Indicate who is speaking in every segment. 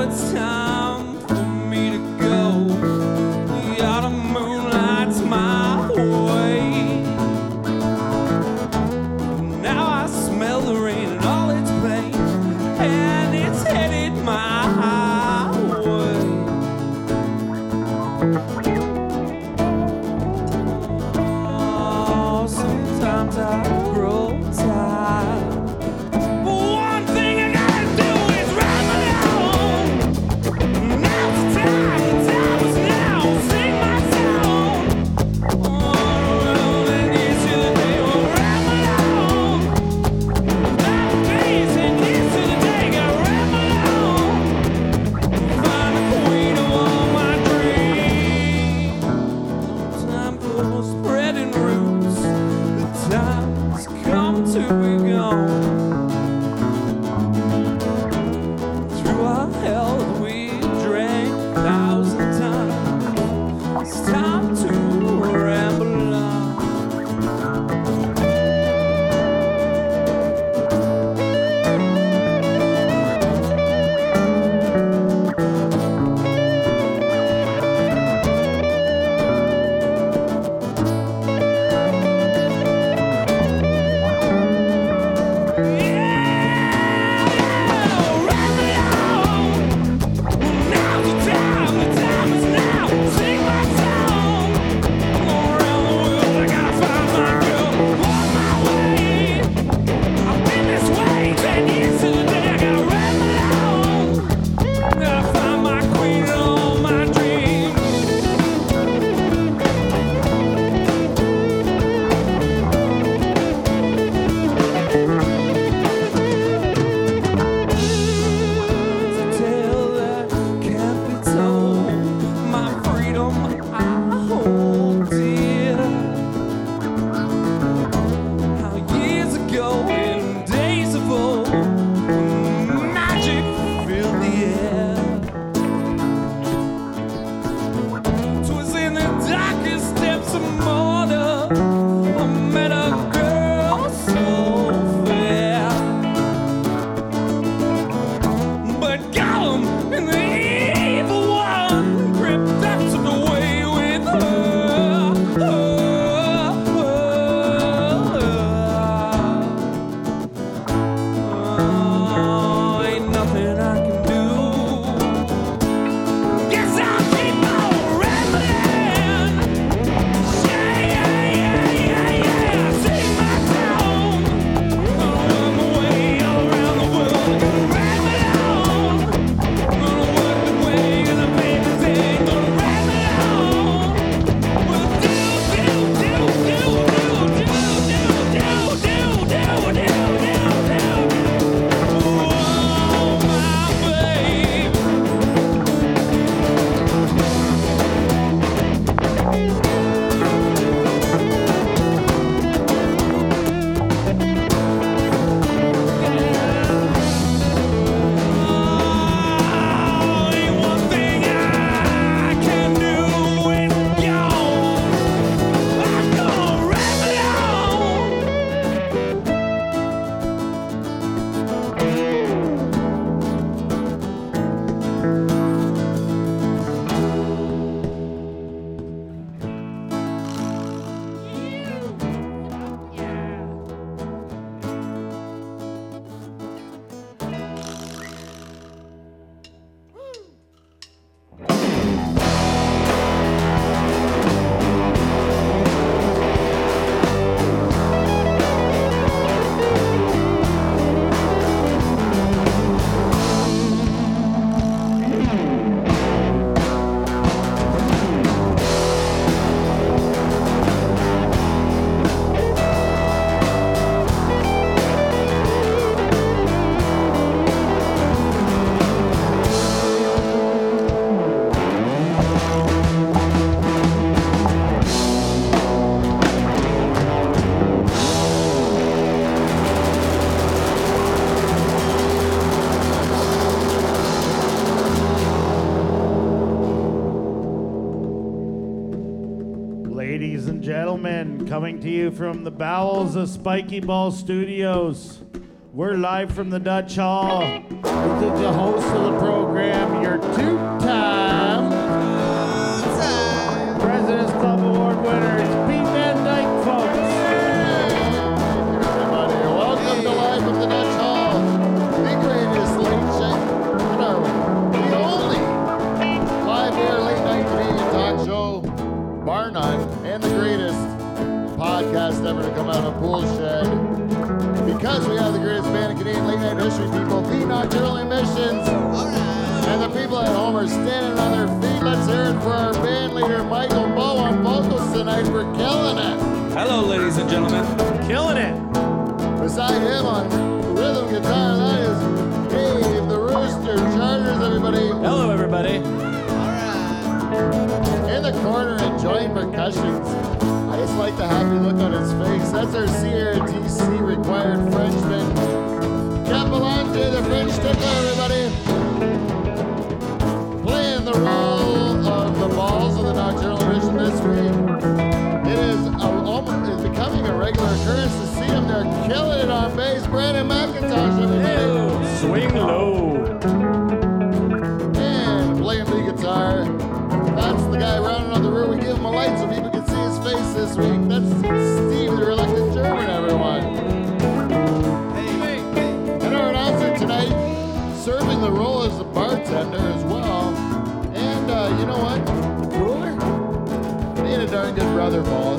Speaker 1: it's time for me to go. The autumn moonlight's my way. Now I smell the rain and all its pain, and it's headed my way. Oh, sometimes I grow tired. But one thing I gotta do is ride my own. Now's the time, the time is now. Sing my song. Oh, and it's the day I ride my own. Nine days and it's the day I ride my own. Find the queen of all my dreams. Time for spreading roots. The time's come to be gone. Through our hell we drank thousand times. It's time to ramble on. Yeah, ramble on. Now's the time, the time is now. Sing my song. All around the world, I gotta find my girl. On my way. I've been this way ten years to the day I got red Gotta find my queen in all my dreams. tale that can't be told. My freedom I hold dear. How years ago, in days of old, magic filled the air. 'Twas in the darkest depths of mortar, I met a girl so fair. But Gollum and the evil one gripped that's the way with her. Oh, ain't nothing I can do. Guess I'll keep on rambling. Yeah, yeah, yeah, yeah, yeah. Sing my song. Only one thing I can do when gone. I'm gonna ramble on.
Speaker 2: Ladies and gentlemen, coming to you from the bowels of Spiky Ball Studios,
Speaker 3: We're live from the Dutch Hall.
Speaker 4: This is the host of the program, your two-time President's Club Award winner, it's Pete Van Dyke, folks. Everybody, welcome to Live from the Dutch Hall. The greatest late show, what are we? The only live air late night comedian talk show, bar none, and the greatest podcast ever to come out of a pool shed. Because we have the greatest band in Canadian late night history, people, the Nocturnal Emissions. And the people at home are standing on their feet. Let's hear it for our band leader, Michael Bow on vocals tonight. We're killing it.
Speaker 5: Hello, ladies and gentlemen.
Speaker 3: Killing it.
Speaker 4: Beside him on rhythm guitar, that is Dave the Rooster Chargers, everybody.
Speaker 5: Hello, everybody.
Speaker 4: In the corner enjoying percussions. I just like the happy look on his face. That's our CRTC required Frenchman. Capelante, the French tickler, everybody. Playing the role of the balls of the Nocturnal Vision this week. It is a, almost, it's becoming a regular occurrence to see him. They're killing it on bass. Brandon McIntosh, everybody.
Speaker 3: Swing low.
Speaker 4: And playing the guitar. That's the guy rounding out the room. We give him a light so people can see his face this week. That's Steve, the reluctant German, everyone. And our announcer tonight, serving the role as a bartender as well. And uh, you know what? Ruler? Being a darn good brother, Paul.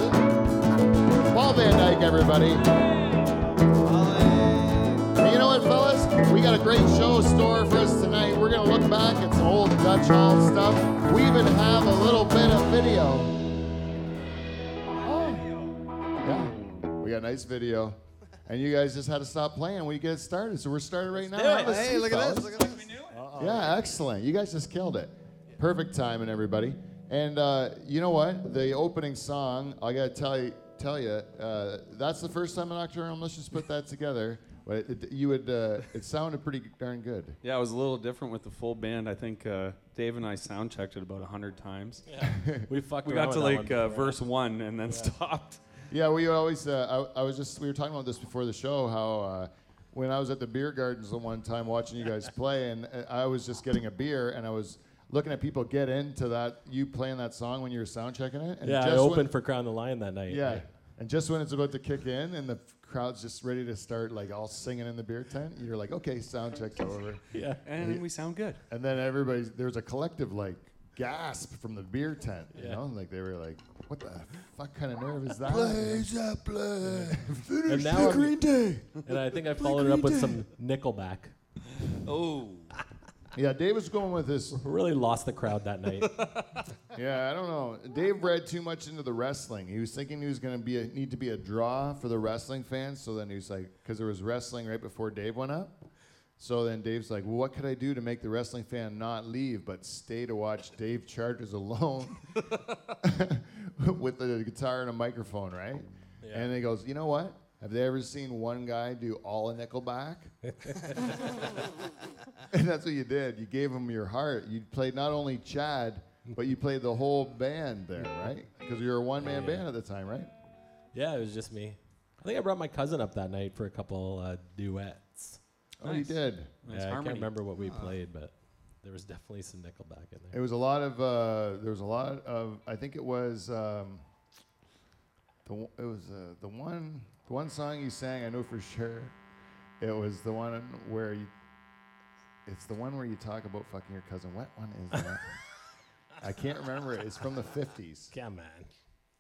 Speaker 4: Paul Van Dyke, everybody. And you know what, fellas? We got a great show store for us tonight. We're gonna look back at some old Dutch Hall stuff. We even have a little bit of video. Oh, yeah, we got a nice video. And you guys just had to stop playing. We get started, so we're starting right now. Have a seat, fellas.
Speaker 6: at this.
Speaker 4: Yeah, excellent. You guys just killed it. Perfect timing, everybody. And uh, you know what? The opening song, I gotta tell you, tell you, uh, that's the first time in Nocturnal Missions put that together. But it, it- you would, uh, it sounded pretty darn good.
Speaker 6: Yeah, it was a little different with the full band. I think uh, Dave and I sound checked it about hundred times.
Speaker 7: We fucked
Speaker 6: We
Speaker 7: around
Speaker 6: got to
Speaker 7: with that
Speaker 6: like
Speaker 7: one.
Speaker 6: uh, verse one and then stopped.
Speaker 4: Yeah, we always. Uh, I, I was just. We were talking about this before the show. How uh, when I was at the beer gardens the one time watching you guys play, and uh, I was just getting a beer, and I was looking at people get into that you playing that song when you were sound checking it. And
Speaker 7: yeah, I
Speaker 4: just
Speaker 7: opened
Speaker 4: when-
Speaker 7: for Crown the Lion that night.
Speaker 4: Yeah, and just when it's about to kick in, and the crowd's just ready to start like all singing in the beer tent, you're like, okay, sound check's over,
Speaker 7: yeah.
Speaker 6: And we sound good.
Speaker 4: and then everybody's there's a collective like gasp from the beer tent. You know, like they were like, what the fuck kind of nerve is that? Play Zeppelin, finish
Speaker 7: And now
Speaker 4: the
Speaker 7: I'm-
Speaker 4: Green Day.
Speaker 7: And I think I followed it up with some Nickelback.
Speaker 6: Oh.
Speaker 4: Yeah, Dave was going with this.
Speaker 7: Really lost the crowd that night.
Speaker 4: Yeah, I don't know. Dave read too much into the wrestling. He was thinking he was going to be a, need to be a draw for the wrestling fans. So then he was like, because there was wrestling right before Dave went up. So then Dave's like, well, what could I do to make the wrestling fan not leave but stay to watch Dave Chargers alone with a guitar and a microphone, right? And he goes, you know what? Have they ever seen one guy do all a Nickelback? And that's what you did. You gave them your heart. You played not only Chad, but you played the whole band there, right? Because you were a one man band at the time, right?
Speaker 7: yeah, it was just me. I think I brought my cousin up that night for a couple uh, duets.
Speaker 4: Oh, you
Speaker 6: Nice.
Speaker 4: did.
Speaker 7: yeah, I
Speaker 6: harmony.
Speaker 7: can't remember what we played, but there was definitely some Nickelback in
Speaker 4: It
Speaker 7: there.
Speaker 4: was a lot of, uh, there was a lot of, I think it was, um, the, w- it was uh, the one, the one song you sang, I know for sure. It was the one where you, it's the one where you talk about fucking your cousin. What one is that? I can't remember it. It's from the 50s.
Speaker 7: Come on.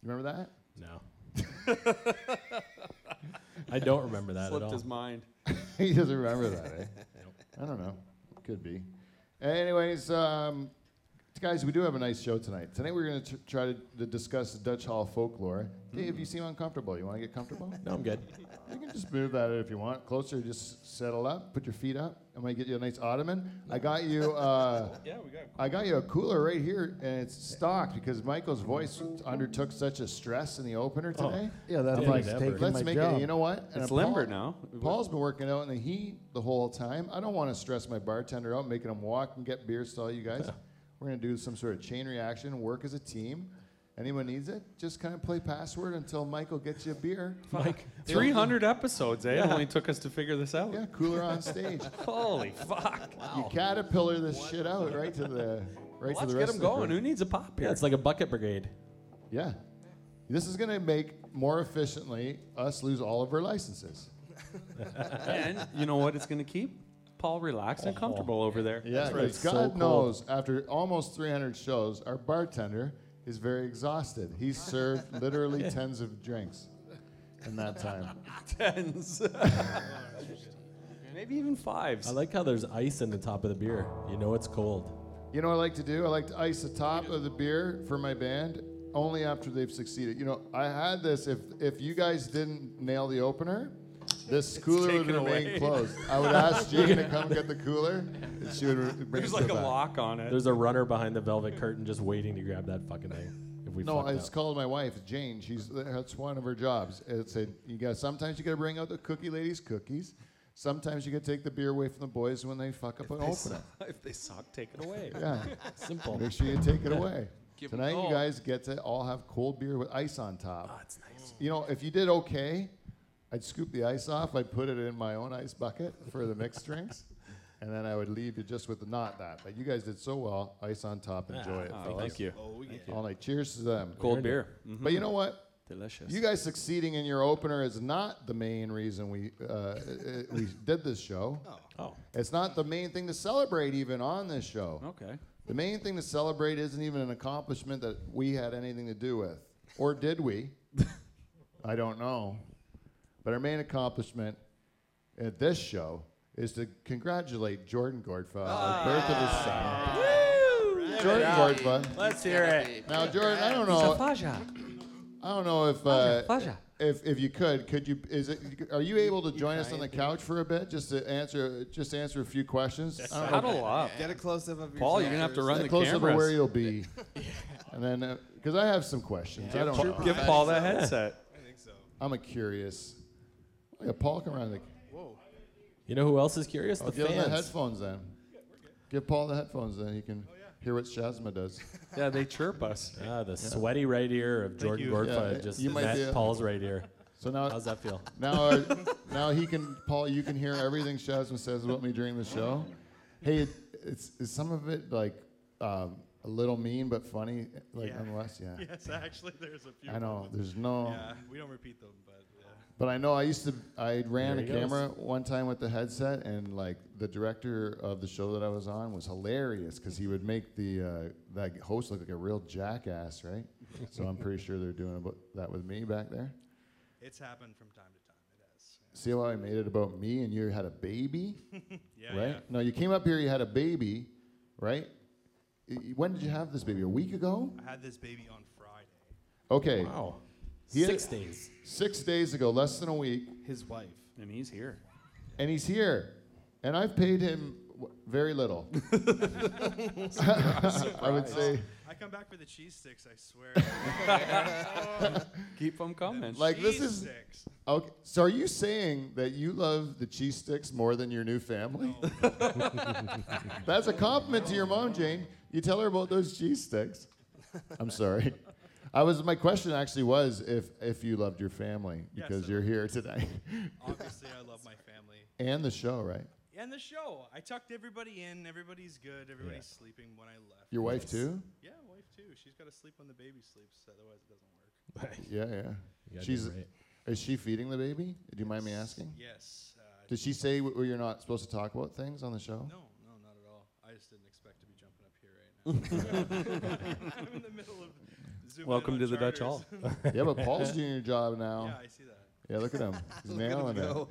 Speaker 4: You remember that?
Speaker 7: No. I don't remember that at
Speaker 6: Slipped
Speaker 7: all.
Speaker 6: his mind.
Speaker 4: he doesn't remember that, eh? I don't know. Could be. Anyways, um, guys, we do have a nice show tonight. Tonight we're going to try to, to discuss Dutch Hall folklore. Dave,
Speaker 6: Mm.
Speaker 4: you seem uncomfortable. You want to get comfortable?
Speaker 7: no, I'm good.
Speaker 4: you can just move that if you want. Closer, just settle up, put your feet up. I'm going to get you a nice ottoman. I got you. Uh,
Speaker 6: Yeah, we got.
Speaker 4: I got you a cooler right here, and it's stocked because Michael's voice undertook such a stress in the opener today.
Speaker 8: Yeah, that
Speaker 7: Yeah,
Speaker 8: thing's
Speaker 7: whatever.
Speaker 8: taking
Speaker 4: Let's
Speaker 8: my
Speaker 4: make
Speaker 8: job.
Speaker 4: it. You know what? And
Speaker 6: Oh. It's
Speaker 4: Paul-
Speaker 6: limber now.
Speaker 4: Paul's been working out in the heat the whole time. I don't want to stress my bartender out, making him walk and get beers to all you guys. We're gonna do some sort of chain reaction, work as a team, Anyone needs it? Just kind of play password until Michael gets you a beer.
Speaker 7: Mike.
Speaker 6: 300 episodes, eh? It only took us to figure this out.
Speaker 4: Yeah, cooler on stage.
Speaker 6: Holy fuck.
Speaker 4: You caterpillar this shit out right to the right to
Speaker 6: Let's
Speaker 4: the rest
Speaker 6: get them
Speaker 4: of the
Speaker 6: going.
Speaker 4: group.
Speaker 6: Who needs a pop here?
Speaker 7: Yeah, it's like a bucket brigade.
Speaker 4: Yeah. This is going to make more efficiently us lose all of our licenses.
Speaker 6: and you know what it's going to keep? Paul relaxed
Speaker 7: Oh.
Speaker 6: and comfortable over there.
Speaker 4: Yeah,
Speaker 7: right.
Speaker 4: because
Speaker 7: It's so
Speaker 4: God
Speaker 7: cold.
Speaker 4: knows, after almost 300 shows, our bartender is very exhausted. He's served literally tens of drinks in that time.
Speaker 6: Tens. Maybe even fives.
Speaker 7: I like how there's ice in the top of the beer. You know it's cold.
Speaker 4: You know what I like to do? I like to ice the top of the beer for my band only after they've succeeded. You know, I had this. If if you guys didn't nail the opener, this cooler would
Speaker 6: taken
Speaker 4: remain
Speaker 6: away.
Speaker 4: closed. I would ask Jean to come get the cooler, and she would re- bring
Speaker 6: There's
Speaker 4: it
Speaker 6: like
Speaker 4: to
Speaker 6: a
Speaker 4: the back.
Speaker 6: lock on it.
Speaker 7: There's a runner behind the velvet curtain just waiting to grab that fucking thing. If we
Speaker 4: No,
Speaker 7: fucked
Speaker 4: it's
Speaker 7: up.
Speaker 4: called my wife, Jane. She's that's one of her jobs. It's a you got sometimes you got to bring out the cookie ladies cookies. Sometimes you got to take the beer away from the boys when they fuck up an opener.
Speaker 6: if they suck, take it away.
Speaker 4: Yeah,
Speaker 7: simple.
Speaker 4: make sure you take it away.
Speaker 1: Give 'em
Speaker 4: Tonight you
Speaker 1: all.
Speaker 4: guys get to all have cold beer with ice on top. that's nice. You know, if you did okay, I'd scoop the ice off. I'd put it in my own ice bucket for the mixed drinks. And then I would leave you just with not that. But you guys did so well. Ice on top. Enjoy it, fellas.
Speaker 6: Thank you.
Speaker 1: Oh, yeah.
Speaker 4: All night. Cheers to them.
Speaker 6: Cold beer. Mm,
Speaker 4: But you know what?
Speaker 6: delicious.
Speaker 4: You guys succeeding in your opener is not the main reason we uh, uh, we did this show.
Speaker 7: Oh.
Speaker 4: It's not the main thing to celebrate even on this show.
Speaker 6: okay.
Speaker 4: The main thing to celebrate isn't even an accomplishment that we had anything to do with, or did we? I don't know. But our main accomplishment at this show is to congratulate Jordan Gordfa on the birth of his son. Jordan Gordfa.
Speaker 2: Let's hear it.
Speaker 4: Now, Jordan, I don't know. I don't know if uh,
Speaker 6: Faja.
Speaker 4: if if you could, could you is it are you able to join us on the couch for a bit just to answer just answer a few questions? I don't know.
Speaker 6: Huddle up.
Speaker 1: Get a close up of your
Speaker 6: Paul, you're going to have to
Speaker 1: shoulders.
Speaker 6: run the
Speaker 4: Close up to
Speaker 6: cameras.
Speaker 4: where you'll be, and then because I have some questions. I don't know.
Speaker 6: Give Paul that headset.
Speaker 1: I think so.
Speaker 4: I'm a curious. Oh, Yeah, Paul, come around. Like,
Speaker 7: You know who else is curious?
Speaker 4: I'll
Speaker 7: the
Speaker 4: give him the
Speaker 7: fans. Oh,
Speaker 4: headphones then. Give Paul the headphones then. He can hear what Shazma does.
Speaker 6: Yeah, they chirp us.
Speaker 7: Ah, the sweaty right ear of Jordan
Speaker 2: you.
Speaker 7: Gorfa
Speaker 4: Yeah,
Speaker 7: just
Speaker 4: you might be
Speaker 7: met
Speaker 4: a-
Speaker 7: Paul's right ear.
Speaker 4: So now,
Speaker 7: How's that feel?
Speaker 4: now, our, now he can. Paul, you can hear everything Shazma says about me during the show. Hey, it, it's is some of it like um, a little mean but funny, like
Speaker 2: Yeah.
Speaker 4: nonetheless. Yeah.
Speaker 2: Yes, actually, there's a few.
Speaker 4: I know. There's no.
Speaker 2: Yeah, we don't repeat them, but yeah.
Speaker 4: But I know I used to I ran
Speaker 7: There
Speaker 4: a
Speaker 7: he goes.
Speaker 4: camera one time with the headset and like the director of the show that I was on was hilarious because he would make the uh, that host look like a real jackass, right? so I'm pretty sure they're doing about that with me back there.
Speaker 2: it's happened from time to time. It has.
Speaker 4: See how I made it about me and you had a baby,
Speaker 2: Yeah,
Speaker 4: right? No, you came up here, you had a baby, right? Y- y- When did you have this baby? A week ago?
Speaker 2: yeah. I had this baby on Friday.
Speaker 4: Okay,
Speaker 7: Wow.
Speaker 4: He had-
Speaker 7: Six days.
Speaker 4: six days ago, less than a week.
Speaker 1: His wife.
Speaker 6: And he's here.
Speaker 4: and he's here. And I've paid him w- very little. I would say,
Speaker 2: I come back for the cheese sticks. I swear.
Speaker 6: Keep them coming.
Speaker 4: like, this
Speaker 2: cheese
Speaker 4: is.
Speaker 2: sticks.
Speaker 4: Okay, so, are you saying that you love the cheese sticks more than your new family? That's a compliment to your mom, Jane. You tell her about those cheese sticks. I'm sorry. I was. My question actually was if if you loved your family
Speaker 2: Yes,
Speaker 4: because
Speaker 2: I
Speaker 4: you're here today,
Speaker 2: Obviously, I love my family.
Speaker 4: and the show, right?
Speaker 2: And the show. I tucked everybody in. Everybody's good. Everybody's sleeping when I left.
Speaker 4: Your wife too.
Speaker 2: Yeah, wife too. She's got to sleep when the baby sleeps. Otherwise, it doesn't work.
Speaker 4: Yeah, yeah.
Speaker 7: gotta do
Speaker 4: She's.
Speaker 7: it right.
Speaker 4: Is she feeding the baby? Do you mind me asking?
Speaker 2: Yes. Uh,
Speaker 4: Did she say w- where you're not supposed to talk about things on the show?
Speaker 2: no, no, not at all. I just didn't expect to be jumping up here right now. I'm in the middle of zooming in
Speaker 6: Welcome
Speaker 2: on
Speaker 6: to the Dutch
Speaker 2: charters.
Speaker 6: Hall.
Speaker 4: Yeah, but Paul's doing your job now.
Speaker 2: yeah, I see that.
Speaker 4: Yeah, look at him. He's nailing it.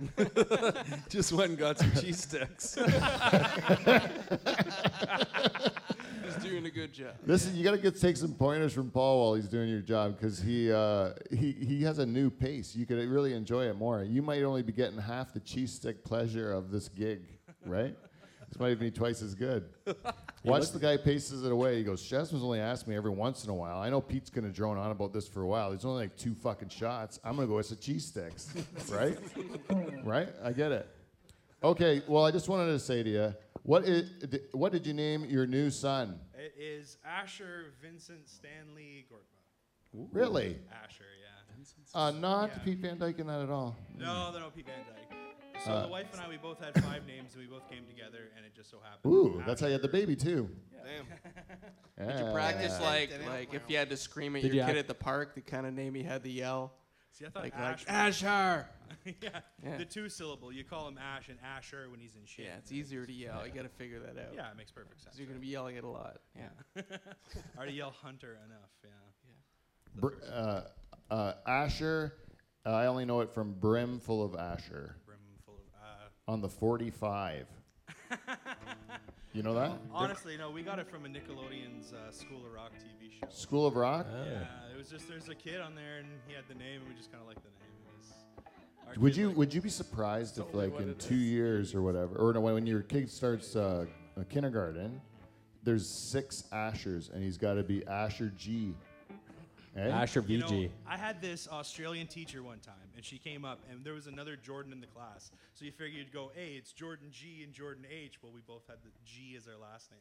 Speaker 6: Just went and got some cheese sticks.
Speaker 1: He's doing a good job.
Speaker 4: Listen, you got to get take some pointers from Paul while he's doing your job because he uh, he he has a new pace. You could really enjoy it more. You might only be getting half the cheese stick pleasure of this gig, right? This might even be twice as good. Watch the guy paces it away. He goes, Jasmine's only asked me every once in a while. I know Pete's gonna drone on about this for a while. There's only like two fucking shots. I'm gonna go with some cheese sticks, right? right? I get it. Okay. Well, I just wanted to say to you, what is what did you name your new son?
Speaker 2: It is Asher Vincent Stanley Gortma.
Speaker 4: Really?
Speaker 2: Asher, yeah.
Speaker 4: Uh, not
Speaker 2: Yeah.
Speaker 4: Pete Van Dyke in that at all.
Speaker 2: No, no, no, Pete Van Dyke. So
Speaker 4: Uh,
Speaker 2: the wife and I, we both had five names, and we both came together, and it just so happened.
Speaker 4: Ooh, that's how you had the baby too.
Speaker 9: Damn.
Speaker 4: Did
Speaker 9: You practice like like if you had to scream at
Speaker 7: Did
Speaker 9: your
Speaker 7: you act-
Speaker 9: kid at the park, the kind of name you had to yell.
Speaker 2: See, I thought
Speaker 9: Like
Speaker 2: Ash.
Speaker 9: like Ashar.
Speaker 2: was- yeah,
Speaker 9: Yeah.
Speaker 2: the two syllable. You call him Ash and Asher when he's in shit.
Speaker 9: Yeah, it's easier to yell. You got to figure that out.
Speaker 2: Yeah, it makes perfect sense.
Speaker 9: 'Cause you're gonna be yelling it a lot. Yeah.
Speaker 2: I already yell Hunter enough. Yeah.
Speaker 4: Br- uh, uh, Asher, Uh, I only know it from Brim Full of Asher
Speaker 2: Brim full of. Uh,
Speaker 4: on the 45. you know that?
Speaker 2: honestly, no, we got it from a Nickelodeon's uh, School of Rock TV show.
Speaker 4: School of Rock?
Speaker 2: Yeah, it was just there's a kid on there, and he had the name, and we just kind of liked the name. It was- our
Speaker 4: Would
Speaker 2: kid
Speaker 4: you
Speaker 2: liked
Speaker 4: would you be surprised if like in two years or whatever, or no, when your kid starts uh, uh, kindergarten, there's six Ashers and he's got to be Asher G. Eh?
Speaker 7: Asher
Speaker 2: You
Speaker 7: VG.
Speaker 2: know, I had this Australian teacher one time, and she came up, and there was another Jordan in the class. So you figure you'd go, hey, it's Jordan G and Jordan H. Well, we both had the G as our last name.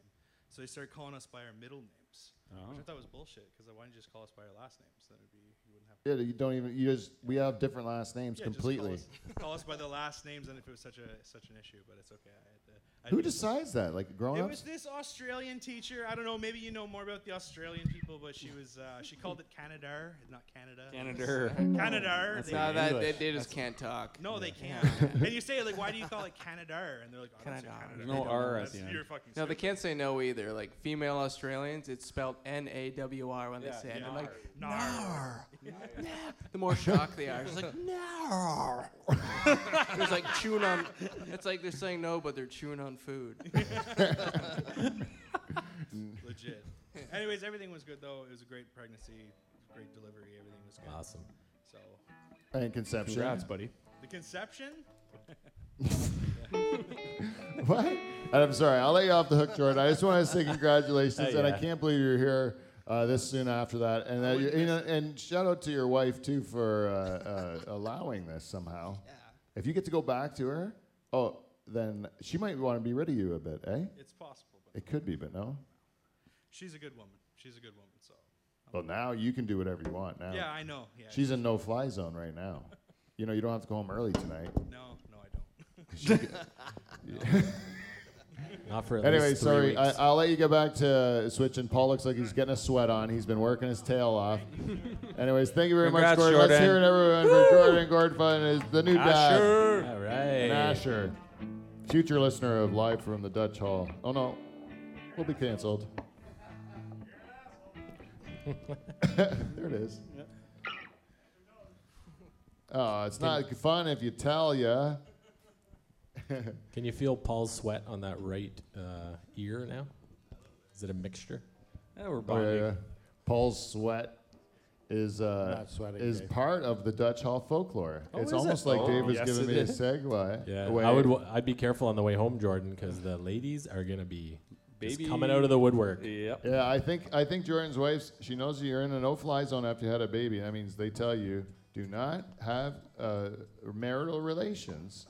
Speaker 2: So they started calling us by our middle names,
Speaker 4: Oh.
Speaker 2: which I thought was bullshit, because why don't you just call us by our last names? Then it'd be, you wouldn't have to.
Speaker 4: Yeah, you don't even you just we have different last names
Speaker 2: Yeah, just
Speaker 4: completely.
Speaker 2: call, us, call us by the last names, and if it was such a such an issue, but it's okay. I had to, I
Speaker 4: Who
Speaker 2: had to-
Speaker 4: decides that? Like grown
Speaker 2: It
Speaker 4: ups?
Speaker 2: was this Australian teacher. I don't know. Maybe you know more about the Australian people, but she was uh, she called it Canadar, not Canada.
Speaker 6: Canada.
Speaker 2: Canadar. they-
Speaker 9: No, that they,
Speaker 6: English.
Speaker 9: they just can't talk.
Speaker 2: No, they can't. and you say like, why do you call it Canadar? And they're like, "Oh, I don't say
Speaker 9: Canadar.
Speaker 2: Canadar.
Speaker 6: There's no R at
Speaker 2: That's-
Speaker 6: the end.
Speaker 2: You're fucking.
Speaker 9: No, they
Speaker 2: stupid.
Speaker 9: can't say no either. Like female Australians, it's spelled N A W R when they say it.
Speaker 2: yeah.
Speaker 9: I'm like,
Speaker 2: Nar.
Speaker 9: the more shocked they are. It's like, no. There's like chewing on. It's like they're saying no, but they're chewing on food.
Speaker 2: Legit. Anyways, everything was good though. It was a great pregnancy, great delivery. Everything was good.
Speaker 7: Awesome.
Speaker 2: So
Speaker 4: and conception.
Speaker 6: Congrats, buddy.
Speaker 2: the conception.
Speaker 4: What? And I'm sorry, I'll let you off the hook, Jordan. I just want to say congratulations,
Speaker 6: Hey,
Speaker 4: and I
Speaker 6: yeah.
Speaker 4: can't believe you're here uh, this soon after that. And that you, you know, and shout out to your wife too for uh, uh, allowing this somehow. Yeah. If you get to go back to her, oh, then she might want to be rid of you a bit, eh?
Speaker 2: It's possible, but
Speaker 4: It could be, but no.
Speaker 2: she's a good woman. She's a good woman. So
Speaker 4: Well, now you can do whatever you want.
Speaker 6: Oh.
Speaker 4: Now
Speaker 2: yeah, I know. Yeah.
Speaker 4: she's in no-fly zone right now. You know, you don't have to go home early tonight.
Speaker 2: no, no, I don't.
Speaker 7: Not for at
Speaker 4: Anyway,
Speaker 7: least
Speaker 4: sorry.
Speaker 7: three
Speaker 4: I,
Speaker 7: weeks.
Speaker 4: I'll let you get back to switching. Paul looks like he's getting a sweat on. He's been working his tail off. Anyways, thank you very much,
Speaker 6: Congrats,
Speaker 4: Gordon. Let's
Speaker 6: Jordan.
Speaker 4: hear it, everyone, for Jordan Gordfun is the new dad.
Speaker 6: Asher.
Speaker 7: All
Speaker 4: And
Speaker 7: right.
Speaker 4: Asher, future listener of Live from the Dutch Hall. Oh no, we'll be canceled. there it is. Oh, it's not fun if you tell ya.
Speaker 7: Can you feel Paul's sweat on that right uh, ear now? Is it a mixture?
Speaker 6: Yeah, we're
Speaker 4: Oh,
Speaker 6: bonding.
Speaker 4: yeah, yeah. Paul's sweat is uh,
Speaker 10: Not sweating,
Speaker 4: is
Speaker 10: Dave.
Speaker 4: part of the Dutch Hall folklore. it's
Speaker 6: is it?
Speaker 4: almost like
Speaker 6: Oh,
Speaker 4: Dave was
Speaker 6: yes,
Speaker 4: giving
Speaker 6: it
Speaker 4: me
Speaker 6: is.
Speaker 4: a segue.
Speaker 7: Yeah.
Speaker 4: Wait.
Speaker 7: I would. W- I'd be careful on the way home, Jordan, because the ladies are gonna be just
Speaker 6: Baby.
Speaker 7: coming out of the woodwork.
Speaker 6: Yep.
Speaker 4: yeah, I think I think Jordan's wife. She knows you're in a no-fly zone after you had a baby. That means they tell you do not have uh, marital relations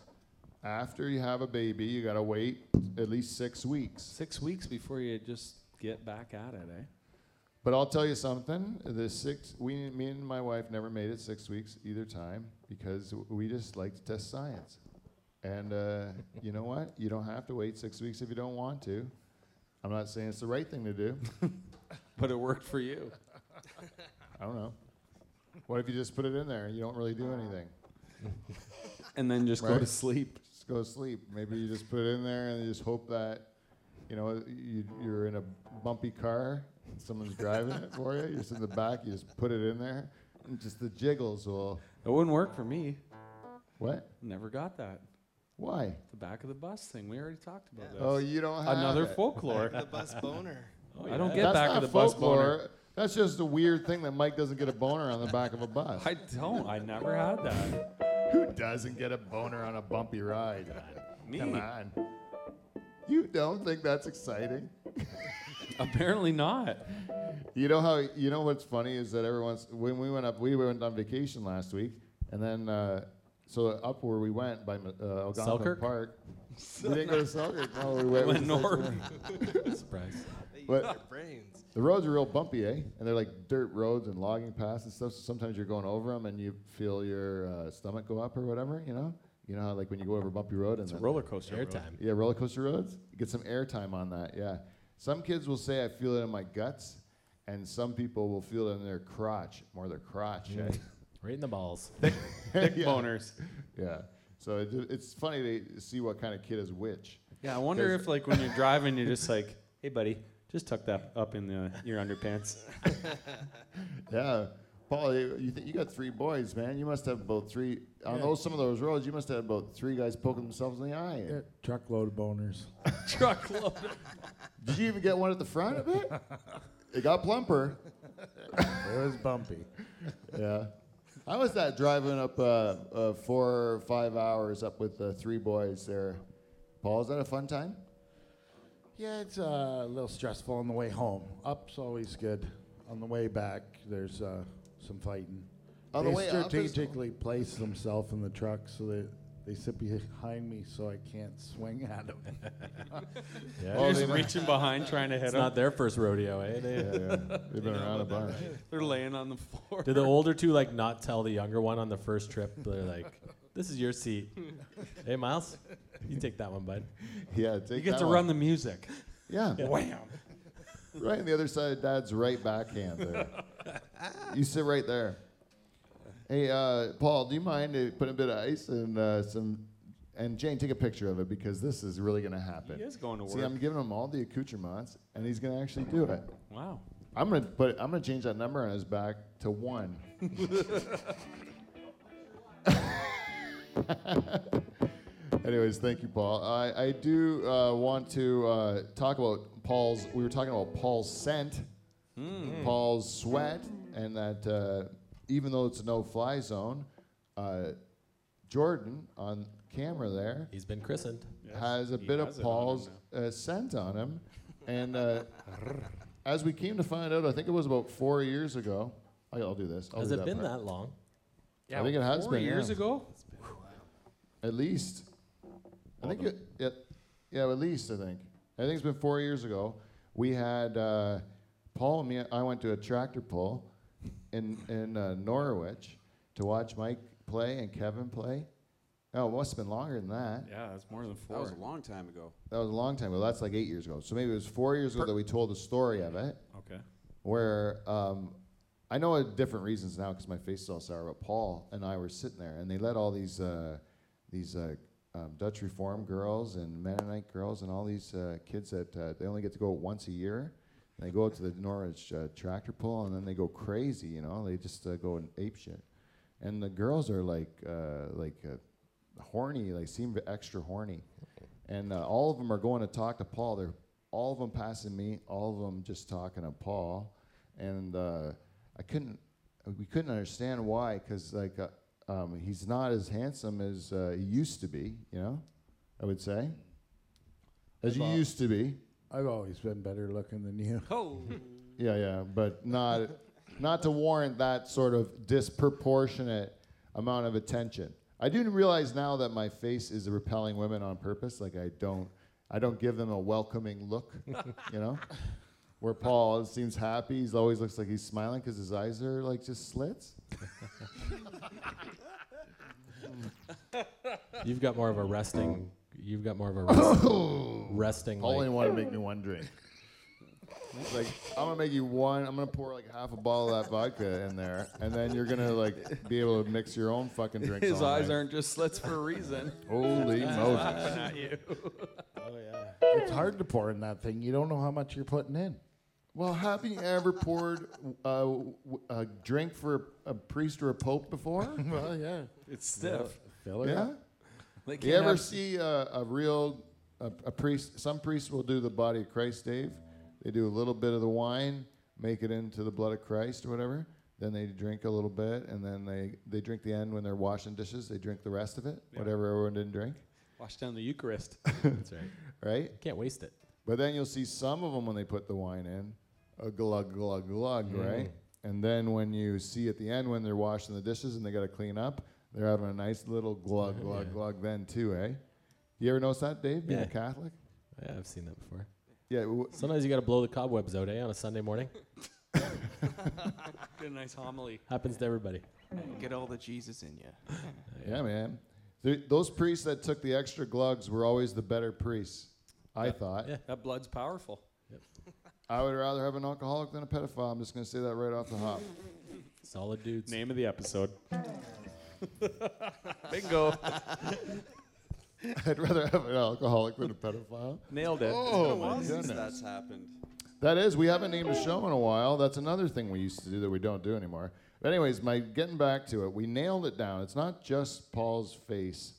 Speaker 4: after you have a baby. You gotta wait at least six weeks.
Speaker 6: Six weeks before you just get back at it, eh?
Speaker 4: But I'll tell you something. The six, we, me and my wife never made it six weeks either time because we just like to test science. And uh, you know what? You don't have to wait six weeks if you don't want to. I'm not saying it's the right thing to do.
Speaker 6: But it worked for you.
Speaker 4: I don't know. What if you just put it in there and you don't really do anything?
Speaker 6: And then just go to
Speaker 4: Right.
Speaker 6: sleep.
Speaker 4: Just go to sleep. Maybe you just put it in there and you just hope that, you know, you, you're in a bumpy car, someone's driving it for you. You're just in the back. You just put it in there, and just the jiggles will.
Speaker 6: It wouldn't work for me.
Speaker 4: What?
Speaker 6: Never got that.
Speaker 4: Why?
Speaker 6: The back of the bus thing. We already talked about that.
Speaker 4: Oh, you don't have
Speaker 6: Another
Speaker 4: it.
Speaker 6: folklore.
Speaker 9: The bus boner.
Speaker 7: Oh,
Speaker 6: I don't
Speaker 7: yeah.
Speaker 6: get
Speaker 4: That's
Speaker 6: back
Speaker 4: not
Speaker 6: of the bus
Speaker 4: folklore.
Speaker 6: boner.
Speaker 4: That's just a weird thing that Mike doesn't get a boner on the back of a bus.
Speaker 6: I don't. I never had that.
Speaker 4: Who doesn't get a boner on a bumpy ride?
Speaker 6: Me.
Speaker 4: Come on. You don't think that's exciting?
Speaker 6: Apparently not.
Speaker 4: You know how you know what's funny is that everyone's when we went up, we went on vacation last week, and then uh, so up where we went by uh, Algonquin
Speaker 7: Selkirk?
Speaker 4: Park, We didn't go to Selkirk. No, we went, we
Speaker 6: Went
Speaker 4: just went
Speaker 6: north.
Speaker 4: somewhere.
Speaker 7: Surprise.
Speaker 11: They use
Speaker 4: What-
Speaker 11: our brains.
Speaker 4: The roads are real bumpy, eh? And they're like dirt roads and logging paths and stuff. So sometimes you're going over them and you feel your uh, stomach go up or whatever. You know, you know how like when you go over a bumpy road and
Speaker 6: It's a
Speaker 4: then-
Speaker 6: roller coaster. road.
Speaker 7: Airtime.
Speaker 4: Yeah, roller coaster roads. Get some air time on that. Yeah. Some kids will say, "I feel it in my guts," and some people will feel it in their crotch, more their crotch. eh?
Speaker 7: Right in the balls.
Speaker 6: Thick
Speaker 4: Yeah.
Speaker 6: boners.
Speaker 4: Yeah. So it, it's funny to see what kind of kid is which.
Speaker 6: Yeah, I wonder
Speaker 4: There's-
Speaker 6: if like when you're driving, you're just like, hey, buddy, just tuck that up in the, your underpants.
Speaker 4: Yeah, Paul, you you, th- you got three boys, man. You must have about three on those some of those roads. You must have about three guys poking themselves in the eye.
Speaker 12: Truckload of boners.
Speaker 7: Truckload.
Speaker 4: Did you even get one at the front of it? it got plumper.
Speaker 12: It was bumpy.
Speaker 4: Yeah. How was that driving up uh, uh, four or five hours up with the three boys there? Paul, is that a fun time?
Speaker 12: Yeah, it's uh, a little stressful on the way home. Up's always good. On the way back, there's uh, some fighting.
Speaker 4: On the
Speaker 12: they
Speaker 4: way up is-
Speaker 12: strategically place themselves in the truck so that they sit behind me so I can't swing at them.
Speaker 4: Oh,
Speaker 6: You're
Speaker 4: they
Speaker 6: just
Speaker 4: know-
Speaker 6: reaching behind trying to hit
Speaker 7: It's
Speaker 6: them.
Speaker 7: not their first rodeo, eh? They,
Speaker 4: Yeah, yeah. They've been around a bunch.
Speaker 6: They're laying on the floor.
Speaker 7: Did the older two like not tell the younger one on the first trip? They're like, "This is your seat." hey, Miles, you take that one, bud.
Speaker 4: Yeah, take
Speaker 6: You get
Speaker 4: that
Speaker 6: to
Speaker 4: one.
Speaker 6: run the music.
Speaker 4: Yeah.
Speaker 6: Wham!
Speaker 4: Right on the other side of dad's right backhand there. you sit right there. Hey, uh, Paul, do you mind uh, putting a bit of ice and uh, some. And Jane, take a picture of it because this is really going to happen.
Speaker 6: He is going to work.
Speaker 4: See, I'm giving him all the accoutrements, and he's going to actually do it.
Speaker 6: wow.
Speaker 4: I'm going to put. I'm going to change that number on his back to one. Anyways, thank you, Paul. I, I do uh, want to uh, talk about Paul's. We were talking about Paul's scent, Paul's sweat, and that uh, even though it's a no fly zone, uh, Jordan on camera there
Speaker 7: He's been christened.
Speaker 4: has a
Speaker 6: he
Speaker 4: bit of
Speaker 6: has it on him
Speaker 4: Paul's uh, scent on him. And uh, as we came to find out, I think it was about four years ago. I- I'll do this. I'll
Speaker 7: Has
Speaker 4: do
Speaker 7: it been
Speaker 4: part.
Speaker 7: that long?
Speaker 4: I think it has
Speaker 6: Four
Speaker 4: been
Speaker 6: years
Speaker 4: yeah.
Speaker 6: ago?
Speaker 4: At least. I think it, yeah, yeah, at least I think. I think it's been four years ago. We had uh, Paul and me. I went to a tractor pull in in uh, Norwich to watch Mike play and Kevin play. Oh, it must have been longer than that.
Speaker 6: Yeah, that's more than
Speaker 11: That
Speaker 6: four.
Speaker 11: was a long time ago.
Speaker 4: That was a long time ago. That's like eight years ago. So maybe it was four years ago that we told the story of it.
Speaker 6: okay.
Speaker 4: Where um, I know it different reasons now because my face is all sour. But Paul and I were sitting there, and they let all these uh, these uh, um, Dutch Reform girls and Mennonite girls and all these uh, kids that uh, they only get to go once a year. And they go out to the Norwich uh, tractor pull, and then they go crazy. You know, they just uh, go and ape shit. And the girls are like uh, like uh, horny. Like seem extra horny. And uh, all of them are going to talk to Paul. They're all of them passing me, all of them just talking to Paul. And uh, I couldn't, we couldn't understand why, because like uh, um, he's not as handsome as uh, he used to be. You know, I would say, as you used to be.
Speaker 12: I've always been better looking than you.
Speaker 11: Oh.
Speaker 4: Yeah, yeah, but not not to warrant that sort of disproportionate amount of attention. I do realize now that my face is repelling women on purpose. Like I don't I don't give them a welcoming look, you know. Where Paul seems happy, he always looks like he's smiling because his eyes are like just slits.
Speaker 7: You've got more of a resting. You've got more of a resting. resting
Speaker 4: Paul only
Speaker 7: like,
Speaker 4: wanted to make me one drink. He's like, I'm gonna make you one. I'm gonna pour like half a bottle of that vodka in there, and then you're gonna like be able to mix your own fucking drinks.
Speaker 11: His
Speaker 4: all
Speaker 11: eyes
Speaker 4: night.
Speaker 11: aren't just slits for a reason.
Speaker 4: Holy Moses.
Speaker 12: It's hard to pour in that thing. You don't know how much you're putting in.
Speaker 4: Well, haven't you ever poured uh, w- a drink for a priest or a pope before?
Speaker 12: Well, yeah.
Speaker 6: It's stiff.
Speaker 12: Fill it
Speaker 4: Oh, yeah.
Speaker 12: up.
Speaker 11: They
Speaker 4: You
Speaker 11: can't
Speaker 4: ever
Speaker 11: have-
Speaker 4: see a, a real a, a priest? Some priests will do the body of Christ, Dave. They do a little bit of the wine, make it into the blood of Christ or whatever. Then they drink a little bit, and then they, they drink the end when they're washing dishes. They drink the rest of it, whatever everyone didn't drink,
Speaker 6: Wash down the Eucharist.
Speaker 7: That's right.
Speaker 4: right?
Speaker 7: Can't waste it.
Speaker 4: But then you'll see some of them when they put the wine in, a glug glug glug, right? And then when you see at the end when they're washing the dishes and they got to clean up, they're having a nice little glug glug glug then too, eh? You ever notice that, Dave, being a
Speaker 7: Yeah.
Speaker 4: Catholic?
Speaker 7: Yeah, I've seen that before.
Speaker 4: Yeah. w-
Speaker 7: Sometimes you got to blow the cobwebs out, eh? On a Sunday morning,
Speaker 2: Good, nice homily.
Speaker 7: happens to everybody.
Speaker 9: Get all the Jesus in you.
Speaker 4: Yeah, man. Th those priests that took the extra gloves were always the better priests, I thought.
Speaker 7: yeah.
Speaker 2: That blood's powerful.
Speaker 4: I would rather have an alcoholic than a pedophile. I'm just going to say that right off the hop.
Speaker 7: Solid dudes.
Speaker 6: Name of the episode.
Speaker 2: Bingo.
Speaker 4: I'd rather have an alcoholic than a pedophile.
Speaker 6: Nailed it.
Speaker 4: Oh, my
Speaker 2: Well, since
Speaker 4: goodness.
Speaker 2: that's happened.
Speaker 4: That is, we haven't named a show in a while. That's another thing we used to do that we don't do anymore. But anyways, my getting back to it, we nailed it down. It's not just Paul's face,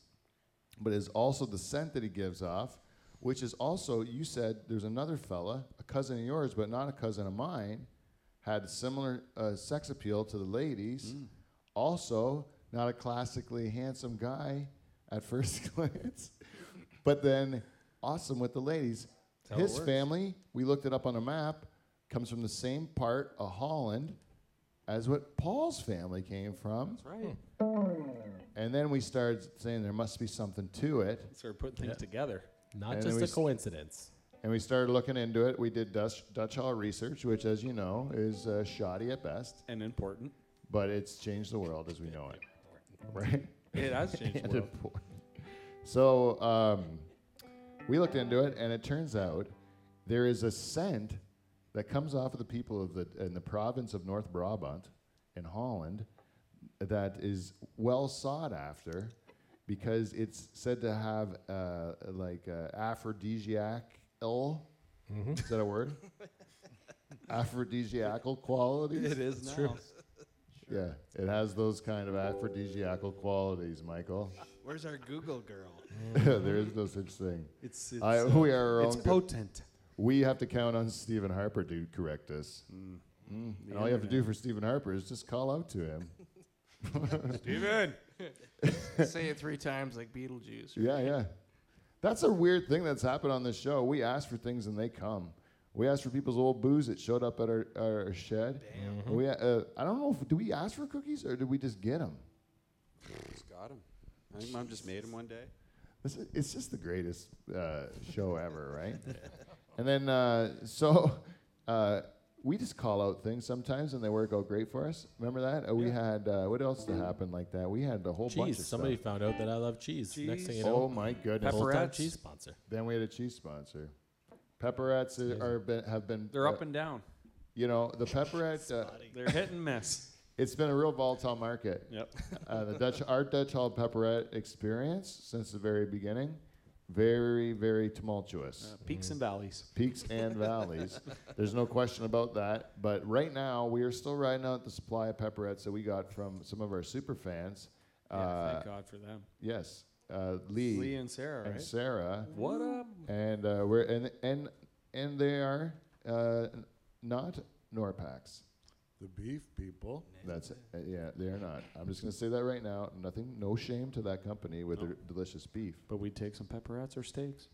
Speaker 4: but it's also the scent that he gives off, which is also you said there's another fella, a cousin of yours, but not a cousin of mine, had similar uh, sex appeal to the ladies. Also, not a classically handsome guy at first glance, but then awesome with the ladies. His family, we looked it up on a map, comes from the same part of Holland as what Paul's family came from. That's right. And then we started saying there must be something to it.
Speaker 6: Sort of putting things together.
Speaker 7: Not
Speaker 4: And
Speaker 7: just
Speaker 4: we
Speaker 7: a
Speaker 4: s-
Speaker 7: coincidence.
Speaker 4: And we started looking into it. We did Dutch, Dutch Hall research, which, as you know, is uh, shoddy at best,
Speaker 6: And important.
Speaker 4: but it's changed the world as we know it. Right?
Speaker 6: It has changed the
Speaker 4: And
Speaker 6: world.
Speaker 4: important. So um, we looked into it, and it turns out there is a scent that comes off of the people of the in the province of North Brabant in Holland that is well sought after because it's said to have uh, like uh, aphrodisiac ill.
Speaker 2: Mm-hmm.
Speaker 4: Is that a word? Aphrodisiacal qualities.
Speaker 2: It is now. True.
Speaker 4: Yeah, it has those kind of aphrodisiacal qualities, Michael.
Speaker 13: Where's our Google girl?
Speaker 4: there is no such thing.
Speaker 6: It's, it's,
Speaker 4: I, we are our
Speaker 6: it's
Speaker 4: own. good-
Speaker 6: potent.
Speaker 4: we have to count on Stephen Harper to correct us. Mm. And all you have to do for Stephen Harper is just call out to him.
Speaker 13: Steven!
Speaker 9: Say it three times like Beetlejuice.
Speaker 4: yeah, yeah. That's a weird thing that's happened on this show. We ask for things and they come. We asked for people's old booze. It showed up at our, our shed. Damn. We, uh, I don't know. If, do we ask for cookies or did we just get them?
Speaker 2: Just got him. I think mom just made him one day.
Speaker 4: This is, it's just the greatest uh, show ever, right? and then, uh, so uh, we just call out things sometimes and they work out great for us. Remember that? Uh, we had, uh, what else that happened like that? We had a whole bunch
Speaker 7: Cheese.
Speaker 4: of
Speaker 7: Somebody
Speaker 4: stuff.
Speaker 7: found out that I love cheese. Next thing you know,
Speaker 4: Oh my goodness.
Speaker 7: full-time
Speaker 2: Pepperettes.
Speaker 7: cheese sponsor.
Speaker 4: Then we had a cheese sponsor. Pepperettes i- are been, have been,
Speaker 6: They're
Speaker 4: uh,
Speaker 6: up and down.
Speaker 4: you know, the pepperette, uh,
Speaker 6: They're hit and miss.
Speaker 4: it's been a real volatile market.
Speaker 6: Yep.
Speaker 4: uh, the Dutch our Dutch Hall Pepperette experience since the very beginning, very very tumultuous.
Speaker 6: Peaks and valleys.
Speaker 4: Peaks and valleys. There's no question about that. But right now, we are still riding out the supply of pepperettes that we got from some of our super fans.
Speaker 6: yeah,
Speaker 4: Uh,
Speaker 6: thank God for them.
Speaker 4: yes, uh, Lee,
Speaker 6: Lee and Sarah,
Speaker 4: and
Speaker 6: right?
Speaker 4: Sarah,
Speaker 6: What up?
Speaker 4: and uh, we're and and and they are uh, n- not Norpax.
Speaker 12: The beef people.
Speaker 4: That's it. Uh, yeah, they are not. I'm just gonna say that right now. Nothing, no shame to that company with their delicious beef.
Speaker 6: But we take some pepperettes or steaks.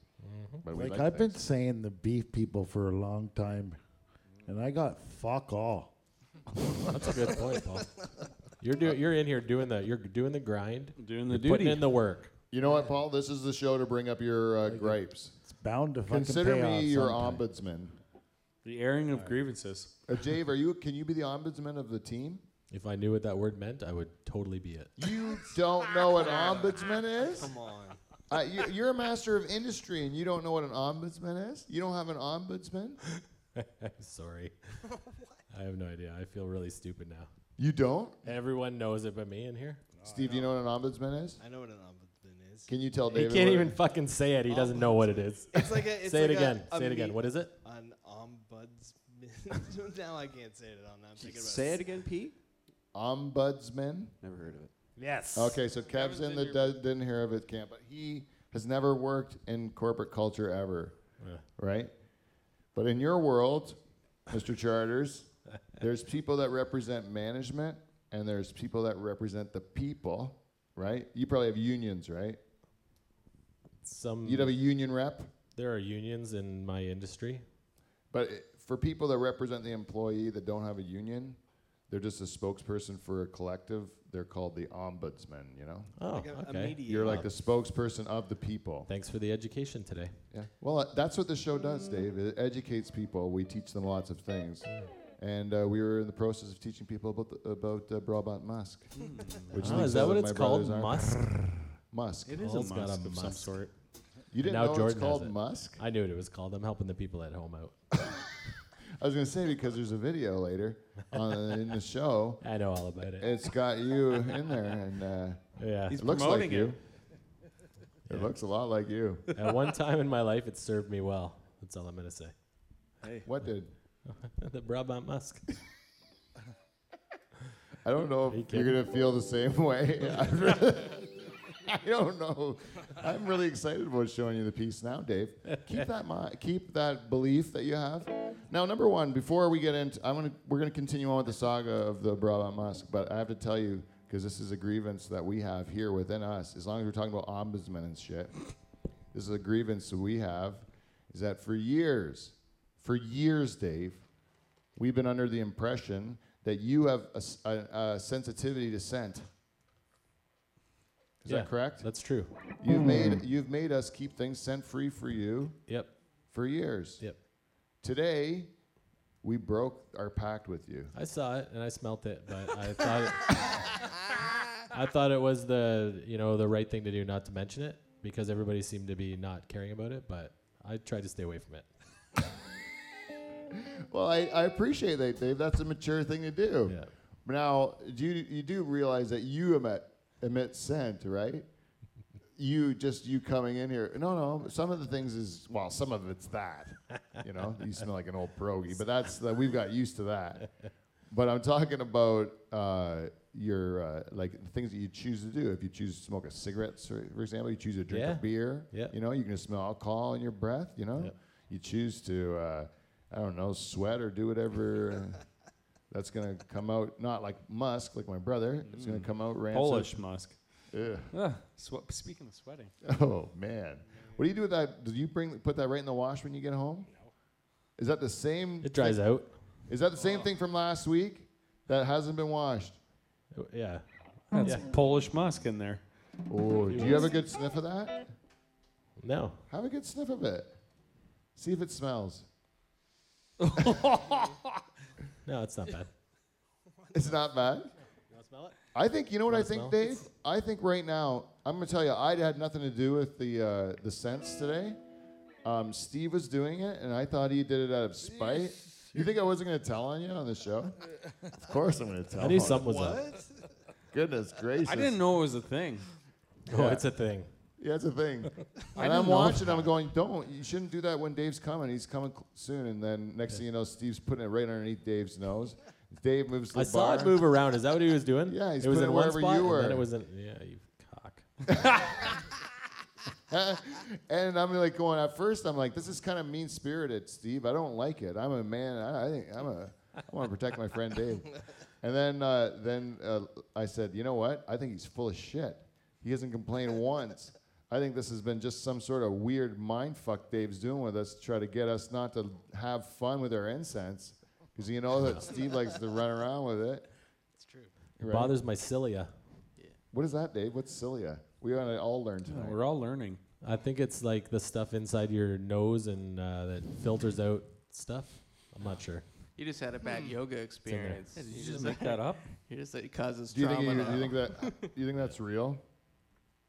Speaker 4: But we
Speaker 12: Like, I've been
Speaker 4: things.
Speaker 12: saying the beef people for a long time, and I got fuck all.
Speaker 7: That's a good point, Paul. You're do, You're in here doing the. You're doing the grind.
Speaker 6: Doing the
Speaker 7: Putting
Speaker 6: duty.
Speaker 7: in the work.
Speaker 4: You know what, Paul? This is the show to bring up your uh, gripes.
Speaker 12: It's bound to fucking
Speaker 4: Consider
Speaker 12: pay
Speaker 4: me
Speaker 12: off
Speaker 4: your
Speaker 12: sometime.
Speaker 4: ombudsman.
Speaker 6: the airing of grievances.
Speaker 4: Uh, Dave, are you? Can you be the ombudsman of the team?
Speaker 7: If I knew what that word meant, I would totally be it.
Speaker 4: You don't know what ombudsman is?
Speaker 2: Come on.
Speaker 4: Uh, you, you're a master of industry, and you don't know what an ombudsman is? You don't have an ombudsman?
Speaker 7: I'm sorry. I have no idea. I feel really stupid now.
Speaker 4: You don't,
Speaker 13: Oh,
Speaker 7: Everyone knows it but me in here.
Speaker 4: Steve? Do you know what an ombudsman is?
Speaker 13: I know what an ombudsman is.
Speaker 4: Can you tell
Speaker 7: He
Speaker 4: David?
Speaker 7: can't
Speaker 4: what-
Speaker 7: even fucking say it. He doesn't know what it is.
Speaker 13: It's like a, it's
Speaker 7: say it
Speaker 13: like a-
Speaker 7: again.
Speaker 13: a
Speaker 7: say it again.
Speaker 13: meet-
Speaker 7: What is it?
Speaker 13: An ombudsman. now I can't say it. I'm not thinking about
Speaker 2: Say it again, Pete.
Speaker 4: ombudsman.
Speaker 2: Never heard of it.
Speaker 7: Yes.
Speaker 4: Okay, so Kev's in the d- didn't hear of it camp, but he has never worked in corporate culture ever, right? But in your world, Mr. Charters, there's people that represent management, and there's people that represent the people, right? You probably have unions, right?
Speaker 2: Mm-hmm.
Speaker 7: Some.
Speaker 4: You'd have a union rep,
Speaker 7: there are unions in my industry.
Speaker 4: but i- for people that represent the employee that don't have a union, They're just a spokesperson for a collective. They're called the ombudsman. You know,
Speaker 7: Oh,
Speaker 13: Like a, a
Speaker 7: okay.
Speaker 13: media.
Speaker 4: you're like the spokesperson of the people.
Speaker 7: Thanks for the education today.
Speaker 4: Yeah. Well, uh, that's what the show does, Dave. It educates people. We teach them lots of things. And uh, we were in the process of teaching people about the, about uh, Brabant Musk.
Speaker 6: Hmm.
Speaker 4: Which
Speaker 7: Oh,
Speaker 4: leaks
Speaker 7: is that
Speaker 4: out
Speaker 7: what
Speaker 4: of
Speaker 7: it's
Speaker 4: my
Speaker 7: called?
Speaker 4: brother's arm.
Speaker 7: Musk?
Speaker 4: Musk.
Speaker 6: It is
Speaker 7: Paul's
Speaker 6: a
Speaker 7: got a
Speaker 6: musk of some
Speaker 7: musk.
Speaker 6: sort.
Speaker 4: You didn't
Speaker 7: now
Speaker 4: know
Speaker 7: Jordan
Speaker 4: it's
Speaker 7: has
Speaker 4: called
Speaker 7: it.
Speaker 4: Musk?
Speaker 7: I knew what it was called. I'm helping the people at home out.
Speaker 4: I was going to say because there's a video later on, in the show.
Speaker 7: I know all about it.
Speaker 4: It's got you in there, and uh,
Speaker 7: Yeah.
Speaker 4: it looks like
Speaker 6: promoting it.
Speaker 4: you. It looks a lot like you.
Speaker 7: at one time in my life, it served me well. That's all I'm going to say.
Speaker 4: What did?
Speaker 7: the Brabant Musk.
Speaker 4: I don't know
Speaker 7: you
Speaker 4: if you're
Speaker 7: kidding?
Speaker 4: gonna feel the same way. I'm really- I don't know. I'm really excited about showing you the piece now, Dave. Keep that mi- keep that belief that you have. Now, number one, before we get into, I'm gonna we're gonna continue on with the saga of the Brabant Musk, but I have to tell you because this is a grievance that we have here within us. As long as we're talking about ombudsman and shit, this is a grievance that we have. Is that for years, for years, Dave, We've been under the impression that you have a, s- a- a sensitivity to scent. Is
Speaker 7: Yeah,
Speaker 4: that correct?
Speaker 7: That's true.
Speaker 4: You've made you've made us keep things scent free for you
Speaker 7: Yep.
Speaker 4: for years.
Speaker 7: Yep.
Speaker 4: Today, we broke our pact with you.
Speaker 7: I saw it and I smelt it, but I thought it, I thought it was the you know the right thing to do not to mention it because everybody seemed to be not caring about it, but I tried to stay away from it.
Speaker 4: Well, I, I appreciate that, Dave. That's a mature thing to do.
Speaker 7: Yeah.
Speaker 4: Now, do you you do realize that you emit emit scent, right? You just you coming in here. No, no. Some of the things is well, some of it's that. You know, you smell like an old pierogi, but that's that we've got used to that. But I'm talking about uh, your uh, like the things that you choose to do. If you choose to smoke a cigarette, for for example, you choose to drink
Speaker 7: Yeah.
Speaker 4: a beer.
Speaker 7: Yeah.
Speaker 4: You know, you can smell alcohol in your breath. You know,
Speaker 7: Yeah.
Speaker 4: you choose to uh, I don't know sweat or do whatever. uh, that's gonna come out not like Musk, like my brother. It's
Speaker 7: Mm.
Speaker 4: gonna come out rancid.
Speaker 6: Polish musk.
Speaker 4: Ugh.
Speaker 6: Ah, swe- speaking of sweating,
Speaker 4: Oh man, what do you do with that? Do you bring put that right in the wash when you get home? Is that the same?
Speaker 7: It dries out.
Speaker 4: Is that the same thing from last week that hasn't been washed?
Speaker 7: It- Yeah.
Speaker 6: that's
Speaker 7: Yeah.
Speaker 6: Polish musk in there.
Speaker 4: Oh, do you have a good sniff of that?
Speaker 7: No.
Speaker 4: Have a good sniff of it. See if it smells.
Speaker 7: No, it's not bad.
Speaker 4: It's not bad.
Speaker 7: You want to smell it?
Speaker 4: I think you know what I
Speaker 7: Wanna
Speaker 4: think,
Speaker 7: smell?
Speaker 4: Dave. I think right now I'm gonna tell you I had nothing to do with the uh, the scents today. Um, Steve was doing it, and I thought he did it out of spite. You think I wasn't gonna tell on you on the show? of course I'm gonna tell.
Speaker 7: I knew
Speaker 4: on
Speaker 7: something was up.
Speaker 4: you. Goodness gracious!
Speaker 6: I didn't know it was a thing.
Speaker 7: Oh, it's a thing.
Speaker 4: Yeah, that's the thing. and I'm watching. I'm going. Don't. You shouldn't do that when Dave's coming. He's coming cl- soon. And then next thing you know, Steve's putting it right underneath Dave's nose. Dave moves to the
Speaker 7: I saw
Speaker 4: bar.
Speaker 7: it move around. Is that what he was doing?
Speaker 4: Yeah, he's
Speaker 7: it was
Speaker 4: putting
Speaker 7: in
Speaker 4: it
Speaker 7: one
Speaker 4: wherever
Speaker 7: spot,
Speaker 4: you
Speaker 7: And then
Speaker 4: were.
Speaker 7: it was in. Yeah, you cock.
Speaker 4: and I'm like going at first. I'm like, this is kind of mean spirited, Steve. I don't like it. I'm a man. I, I think I'm a. I want to protect my friend Dave. And then uh, then uh, I said, you know what? I think he's full of shit. He hasn't complained once. I think this has been just some sort of weird mind fuck Dave's doing with us to try to get us not to have fun with our incense, because you know that Steve likes to run around with it. It's true.
Speaker 7: It bothers my cilia.
Speaker 4: What is that, Dave? What's cilia? We ought to all learn tonight.
Speaker 6: We're all learning.
Speaker 7: I think it's like the stuff inside your nose and uh, that filters out stuff. I'm not sure.
Speaker 9: You just had a bad yoga experience.
Speaker 6: Did
Speaker 9: You
Speaker 6: you
Speaker 9: Hmm. just,
Speaker 6: just make that up?
Speaker 9: you just it causes
Speaker 4: Do you
Speaker 9: trauma.
Speaker 4: think you, do
Speaker 9: now.
Speaker 4: you think that do you think that's real?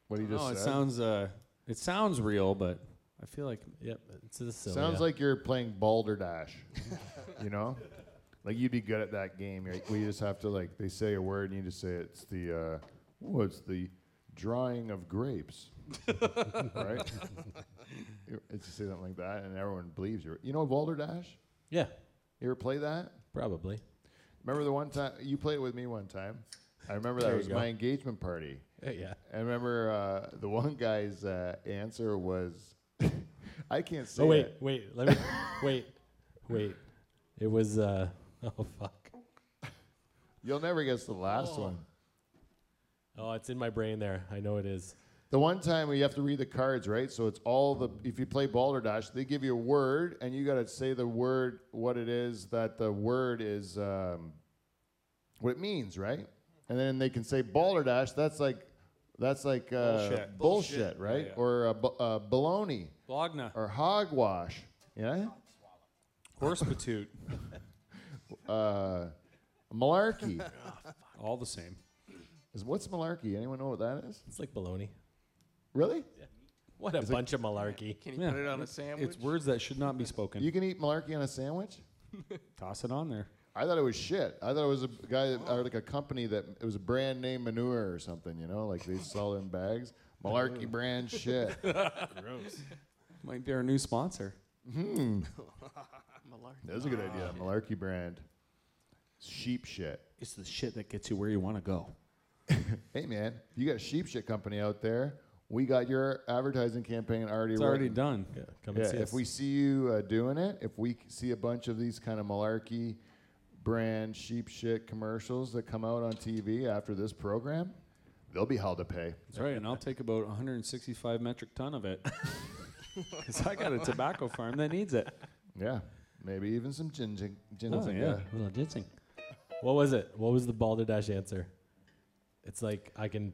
Speaker 4: What he just
Speaker 6: No, it
Speaker 4: said
Speaker 6: sounds uh, it sounds real, but I feel like
Speaker 7: Yep, it's the cilia.
Speaker 4: Sounds like you're playing Balderdash. you know, like you'd be good at that game. Right? We just have to like they say a word and you just say it's the uh, what's the drying of grapes, right? You- it's just say something like that, and everyone believes you. You know Balderdash?
Speaker 7: Yeah,
Speaker 4: You ever play that?
Speaker 7: probably.
Speaker 4: Remember the one time you played it with me one time? I remember that
Speaker 7: There you
Speaker 4: was
Speaker 7: go.
Speaker 4: my engagement party.
Speaker 7: Uh, yeah.
Speaker 4: I remember uh, the one guy's uh, answer was, "I can't say."
Speaker 7: Oh wait,
Speaker 4: it."
Speaker 7: wait, let me wait, wait. It was uh oh fuck.
Speaker 4: you'll never guess the last one.
Speaker 7: Oh, it's in my brain there. I know it is.
Speaker 4: The one time where you have to read the cards, right? So it's all the if you play Balderdash, they give you a word, and you got to say the word what it is that the word is um, what it means, right? And then they can say balderdash. That's like, that's like uh,
Speaker 6: Bullshit.
Speaker 4: bullshit,
Speaker 2: Bullshit.
Speaker 4: right?
Speaker 6: yeah.
Speaker 4: Or uh, b- uh, baloney
Speaker 6: Blogna.
Speaker 4: or hogwash. Yeah,
Speaker 6: Horsepatoot.
Speaker 4: uh, malarkey.
Speaker 6: All the same.
Speaker 4: Is what's malarkey? Anyone know what that is?
Speaker 7: It's like baloney.
Speaker 4: Really?
Speaker 7: What a bunch of malarkey.
Speaker 9: Can you
Speaker 6: Yeah.
Speaker 9: put it on a sandwich?
Speaker 6: It's words that should not be spoken.
Speaker 4: You can eat malarkey on a sandwich.
Speaker 6: toss it on there.
Speaker 4: I thought it was shit. I thought it was a guy that, or like a company that it was a brand name manure or something. You know, like they sell it in bags. Malarkey brand shit.
Speaker 6: Might be our new sponsor.
Speaker 9: Malarkey.
Speaker 4: That's a good idea. Malarkey brand. Sheep shit.
Speaker 6: It's the shit that gets you where you want to go.
Speaker 4: Hey man, you got a sheep shit company out there. We got your advertising campaign already.
Speaker 6: It's already
Speaker 4: written.
Speaker 6: done.
Speaker 7: Yeah, come and
Speaker 4: Yeah,
Speaker 7: see
Speaker 4: if
Speaker 7: us.
Speaker 4: we see you uh, doing it, if we c- see a bunch of these kind of malarkey brand sheep shit commercials that come out on TV after this program, they'll be held to pay.
Speaker 6: That's right, and I'll take about 165 metric ton of it. Because I got a tobacco farm that needs it.
Speaker 4: Yeah, maybe even some ginger. ginger
Speaker 6: Oh, Little jitzing.
Speaker 7: What was it? What was the balderdash answer? It's like I can.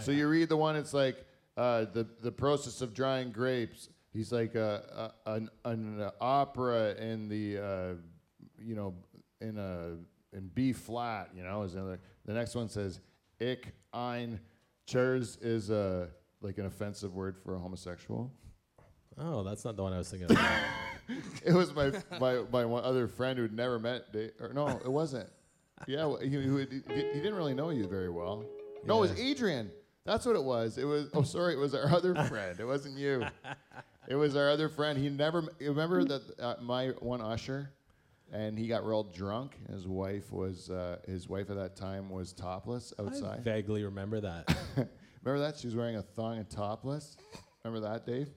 Speaker 4: So you read the one. It's like uh, the the process of drying grapes. He's like a, a an, an opera in the uh, you know in a in B flat. You know is another. The next one says ich ein chers is a like an offensive word for a homosexual.
Speaker 7: Oh, that's not the one I was thinking of.
Speaker 4: It was my my my one other friend who'd never met. Da- or no, it wasn't. Yeah, well, he, he, would- he didn't really know you very well. No, it was Adrian. That's what it was. It was. Oh, sorry, it was our other friend. It wasn't you. It was our other friend. He never you remember that uh, my one usher, and he got real drunk. His wife was uh, his wife at that time was topless
Speaker 7: I
Speaker 4: outside.
Speaker 7: vaguely remember that.
Speaker 4: Remember that she was wearing a thong and topless. Remember that, Dave?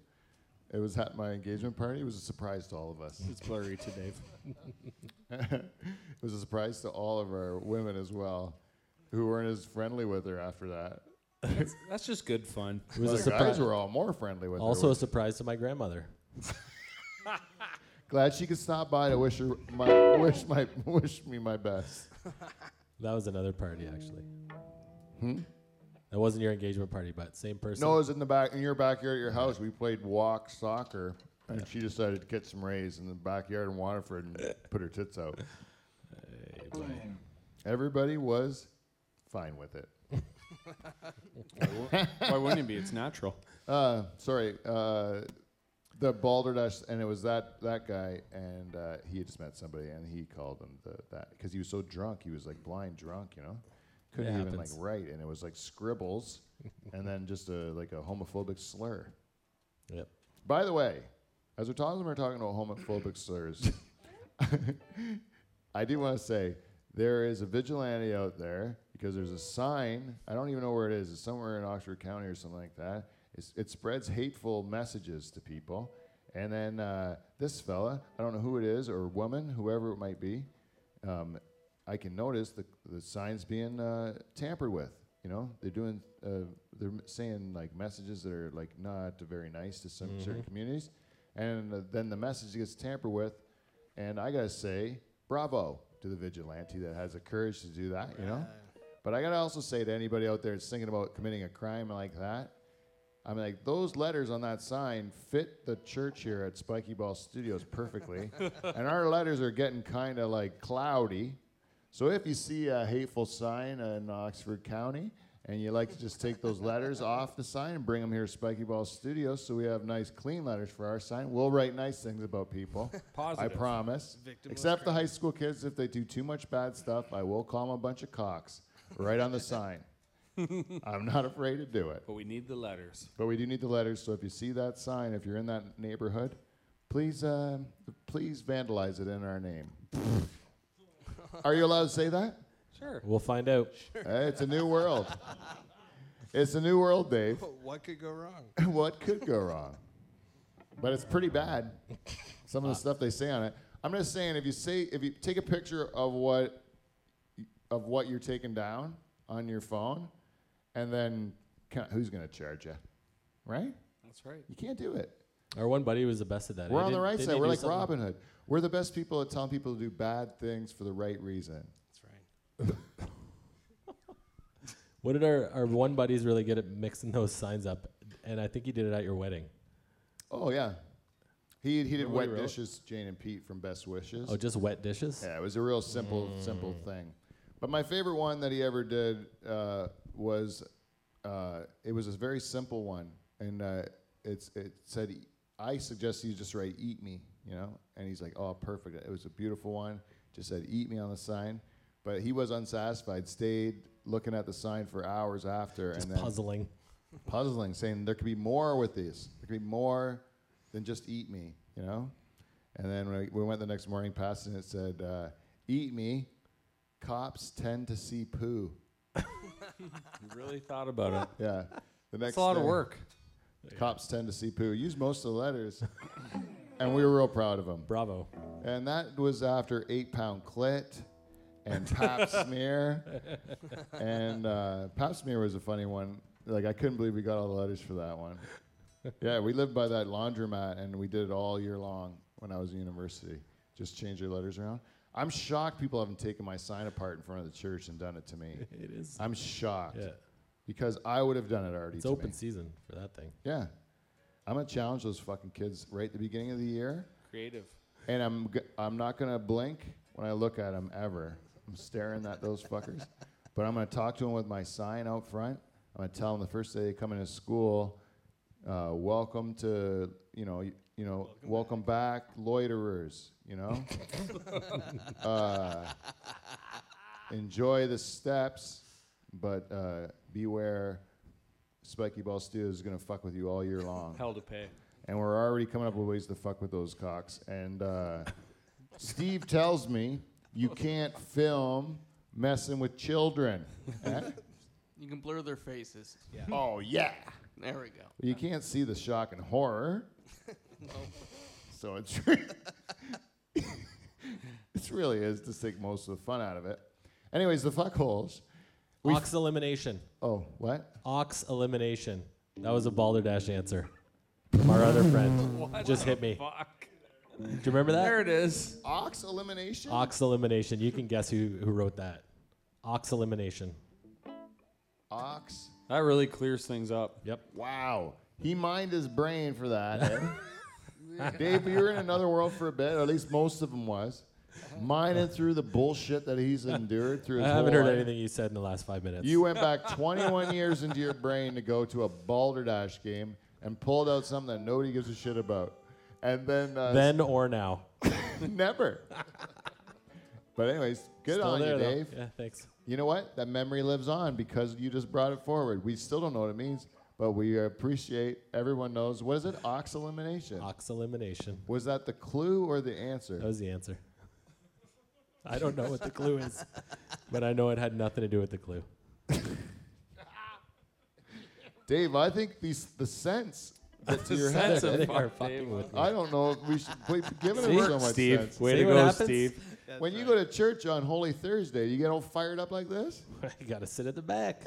Speaker 4: It was at my engagement party. It was a surprise to all of us.
Speaker 6: It's blurry to Dave.
Speaker 4: It was a surprise to all of our women as well, who weren't as friendly with her after that.
Speaker 6: That's just good fun.
Speaker 7: It was a
Speaker 4: the guys
Speaker 7: surprise.
Speaker 4: were all more friendly with her.
Speaker 7: Also a
Speaker 4: which-
Speaker 7: surprise to my grandmother.
Speaker 4: glad she could stop by to wish her my wish my wish me my best.
Speaker 7: That was another party actually. Hmm. That wasn't your engagement party, but same person.
Speaker 4: No, it was in the back in your backyard at your house. We played walk soccer, and she decided to get some rays in the backyard in Waterford and put her tits out. Everybody was fine with it.
Speaker 6: Why wouldn't it be? It's natural.
Speaker 4: Uh, sorry, uh, the balderdash, and it was that that guy, and uh, he had just met somebody, and he called him the, that because he was so drunk, he was like blind drunk, you know, couldn't
Speaker 7: It
Speaker 4: even
Speaker 7: happens.
Speaker 4: like write, and it was like scribbles, and then just a like a homophobic slur.
Speaker 7: Yep.
Speaker 4: By the way, as we're talking, we're talking about homophobic slurs. I do want to say there is a vigilante out there because there's a sign. I don't even know where it is. It's somewhere in Oxford County or something like that. It's, it spreads hateful messages to people. And then uh, this fella, I don't know who it is or woman, whoever it might be, um, I can notice the, the signs being uh, tampered with. You know, they're doing, uh, they're m- saying like messages that are like not very nice to some certain communities, and uh, then the message gets tampered with. And I gotta say, bravo to the vigilante that has the courage to do that. You know, but I gotta also say to anybody out there that's thinking about committing a crime like that, I'm like, those letters on that sign fit the church here at Spiky Ball Studios perfectly. and our letters are getting kind of like cloudy. So if you see a hateful sign in Oxford County and you like to just take those letters off the sign and bring them here to Spiky Ball Studios so we have nice clean letters for our sign, we'll write nice things about people. I
Speaker 6: Positive.
Speaker 4: promise.
Speaker 2: Victimless
Speaker 4: Except the high school kids, if they do too much bad stuff, I will call them a bunch of cocks right on the sign. I'm not afraid to do it.
Speaker 6: But we need the letters.
Speaker 4: But we do need the letters, so if you see that sign, if you're in that neighborhood, please, uh, please vandalize it in our name. Are you allowed to say that?
Speaker 7: We'll find out.
Speaker 4: Hey, it's a new world. It's a new world, Dave.
Speaker 9: What could go wrong?
Speaker 4: what could go wrong? But it's pretty bad. Some of the stuff they say on it. I'm just saying, if you say, if you take a picture of what, of what you're taking down on your phone, and then ca- who's going to charge you, right?
Speaker 6: That's right.
Speaker 4: You can't do it.
Speaker 7: Our one buddy was the best at that.
Speaker 4: We're
Speaker 7: He
Speaker 4: on the
Speaker 7: didn't-
Speaker 4: right
Speaker 7: didn't
Speaker 4: side.
Speaker 7: he
Speaker 4: We're
Speaker 7: do
Speaker 4: like
Speaker 7: something-
Speaker 4: Robin Hood. We're the best people at telling people to do bad things for the right reason.
Speaker 2: That's right.
Speaker 7: What did our, our one buddy's really good at mixing those signs up? And I think he did it at your wedding.
Speaker 4: Oh yeah, he he did
Speaker 7: Remember what he
Speaker 4: wet
Speaker 7: wrote?
Speaker 4: dishes. Jane and Pete from Best Wishes.
Speaker 7: Oh, Mm. just wet dishes?
Speaker 4: Yeah, it was a real simple, simple thing. But my favorite one that he ever did uh, was uh, it was a very simple one, and uh, it's it said I suggest you just write "eat me," you know, and he's like, "Oh, perfect." It was a beautiful one. Just said "eat me" on the sign, but he was unsatisfied. Stayed looking at the sign for hours after,
Speaker 7: Just
Speaker 4: and then
Speaker 7: puzzling.
Speaker 4: puzzling, saying there could be more with these. There could be more than just eat me, you know? And then when I- we went the next morning past and it said, uh, eat me, cops tend to see poo.
Speaker 6: You really thought about it.
Speaker 4: Yeah. The next
Speaker 6: It's a lot of
Speaker 4: day,
Speaker 6: work.
Speaker 4: Cops tend to see poo. Used most of the letters. and we were real proud of them.
Speaker 7: Bravo.
Speaker 4: And that was after eight pound clit and pap smear. and uh, pap smear was a funny one. Like I couldn't believe we got all the letters for that one. Yeah, we lived by that laundromat and we did it all year long when I was in university. Just change your letters around. I'm shocked people haven't taken my sign apart in front of the church and done it to me.
Speaker 7: It is.
Speaker 4: I'm shocked
Speaker 7: Yeah.
Speaker 4: because I would have done it already.
Speaker 7: It's
Speaker 4: to
Speaker 7: open
Speaker 4: me.
Speaker 7: season for that thing.
Speaker 4: Yeah. I'm going to challenge those fucking kids right at the beginning of the year.
Speaker 13: Creative.
Speaker 4: And I'm g- I'm not gonna blink when I look at them ever. I'm staring at those fuckers, but I'm gonna talk to them with my sign out front. I'm gonna tell them the first day they come into school, uh, welcome to you know y- you know welcome, back. loiterers. You know, uh, enjoy the steps, but uh, beware. Spiky Ball Steel is gonna fuck with you all year long
Speaker 6: Hell to pay.
Speaker 4: and we're already coming up with ways to fuck with those cocks. And uh, Steve tells me you can't film messing with children. Eh?
Speaker 9: You can blur their faces.
Speaker 4: oh yeah,
Speaker 9: There we go.
Speaker 4: you can't see the shock and horror. So it's it really is to take most of the fun out of it. Anyways, the fuckholes.
Speaker 7: Ox elimination.
Speaker 4: Oh, what?
Speaker 7: Ox elimination. That was a balderdash answer from our other friend. Just hit me.
Speaker 6: Fuck.
Speaker 7: Do you remember that?
Speaker 9: There it is.
Speaker 4: Ox elimination.
Speaker 7: Ox elimination. You can guess who, who wrote that. Ox elimination.
Speaker 4: Ox.
Speaker 6: That really clears things up.
Speaker 7: Yep.
Speaker 4: Wow. He mined his brain for that. eh? Dave, you were in another world for a bit, or at least most of them was. Mining through the bullshit that he's endured through
Speaker 7: I
Speaker 4: his
Speaker 7: haven't
Speaker 4: whole
Speaker 7: heard
Speaker 4: life.
Speaker 7: anything you said in the last five minutes.
Speaker 4: You went back 21 years into your brain to go to a balderdash game and pulled out something that nobody gives a shit about. And then, uh,
Speaker 7: then or now.
Speaker 4: never. but, anyways, good
Speaker 7: Still
Speaker 4: on
Speaker 7: there,
Speaker 4: you,
Speaker 7: though.
Speaker 4: Dave.
Speaker 7: Yeah, thanks.
Speaker 4: You know what? That memory lives on because you just brought it forward. We still don't know what it means, but we appreciate everyone knows. What is it? Ox elimination.
Speaker 7: Ox elimination.
Speaker 4: Was that the clue or the answer?
Speaker 6: Uh,
Speaker 7: That was the answer. I don't know what the clue is, but I know it had nothing to do with the clue.
Speaker 4: Dave, I think these the sense get to your
Speaker 6: sense
Speaker 4: head.
Speaker 6: of
Speaker 4: eh?
Speaker 7: They
Speaker 6: fuck,
Speaker 7: are
Speaker 6: Dave.
Speaker 7: fucking with me.
Speaker 4: I don't know if we should be giving it so much
Speaker 6: Steve,
Speaker 4: sense.
Speaker 6: way
Speaker 7: See
Speaker 6: to
Speaker 7: what
Speaker 6: go,
Speaker 7: happens?
Speaker 6: Steve.
Speaker 4: when you go to church on Holy Thursday, you get all fired up like this
Speaker 7: you gotta sit at the back.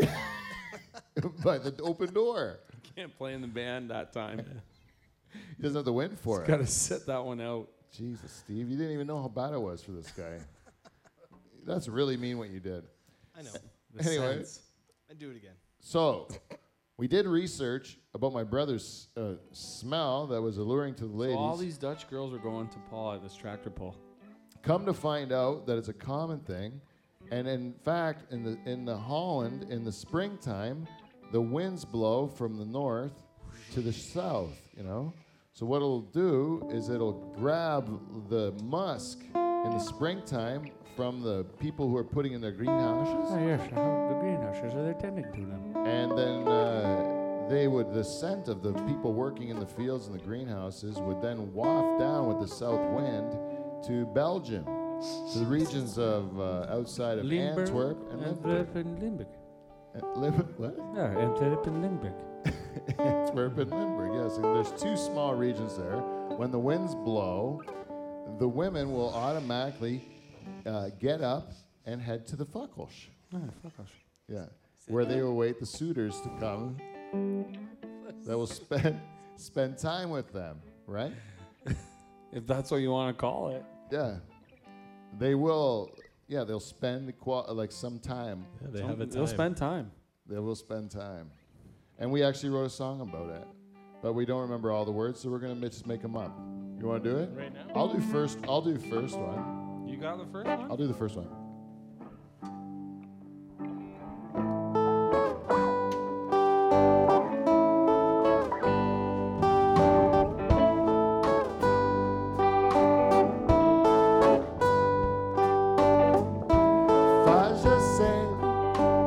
Speaker 4: by the open door.
Speaker 6: Can't play in the band that time.
Speaker 4: He doesn't have to win for it.
Speaker 6: Got to sit that one out.
Speaker 4: Jesus, Steve, you didn't even know how bad it was for this guy. That's really mean what you did.
Speaker 2: I know.
Speaker 6: The
Speaker 4: Anyway.
Speaker 6: sense.
Speaker 2: I do it again.
Speaker 4: So, we did research about my brother's uh, smell that was alluring to the ladies.
Speaker 6: all these Dutch girls were going to Paul at this tractor pull.
Speaker 4: Come to find out that it's a common thing, and in fact, in the in the Holland in the springtime, the winds blow from the north to the south. You know, so what it'll do is it'll grab the musk in the springtime from the people who are putting in their greenhouses.
Speaker 14: Ah, yes, I hope the greenhouses are tending to them.
Speaker 4: And then uh, they would, the scent of the people working in the fields and the greenhouses would then waft down with the south wind to Belgium, to the regions of uh, outside of Antwerp and Limburg.
Speaker 14: Antwerp and Limburg.
Speaker 4: Uh, Lim- what?
Speaker 14: Yeah, Antwerp and Limburg.
Speaker 4: Antwerp and Limburg, yes. And there's two small regions there. When the winds blow, the women will automatically uh, get up and head to the fuckelsh. Yeah. Where they await the suitors to come that will spend spend time with them, right?
Speaker 6: If that's what you want to call it.
Speaker 4: Yeah. They will yeah, they'll spend the qua- like some time.
Speaker 7: Yeah, they have a
Speaker 6: They'll
Speaker 7: time.
Speaker 6: spend time.
Speaker 4: They will spend time. And we actually wrote a song about it, but we don't remember all the words, so we're gonna ma- just make them up. You want to do it?
Speaker 6: Right now?
Speaker 4: I'll do first. I'll do first one.
Speaker 6: You got the first one?
Speaker 4: I'll do the first one. Faja said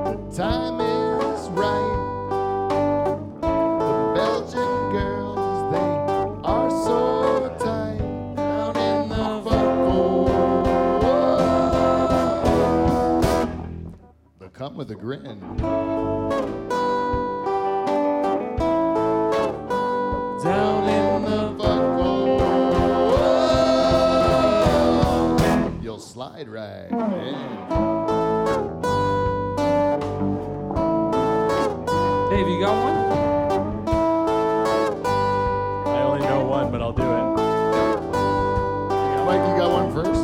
Speaker 4: the time is right. The Belgian girls, they are so tight down in the buckle. They come with a grin. Down in the buckle. You'll slide right in.
Speaker 6: Dave, you got one?
Speaker 7: I only know one, but I'll do it.
Speaker 4: Mike, you got one first?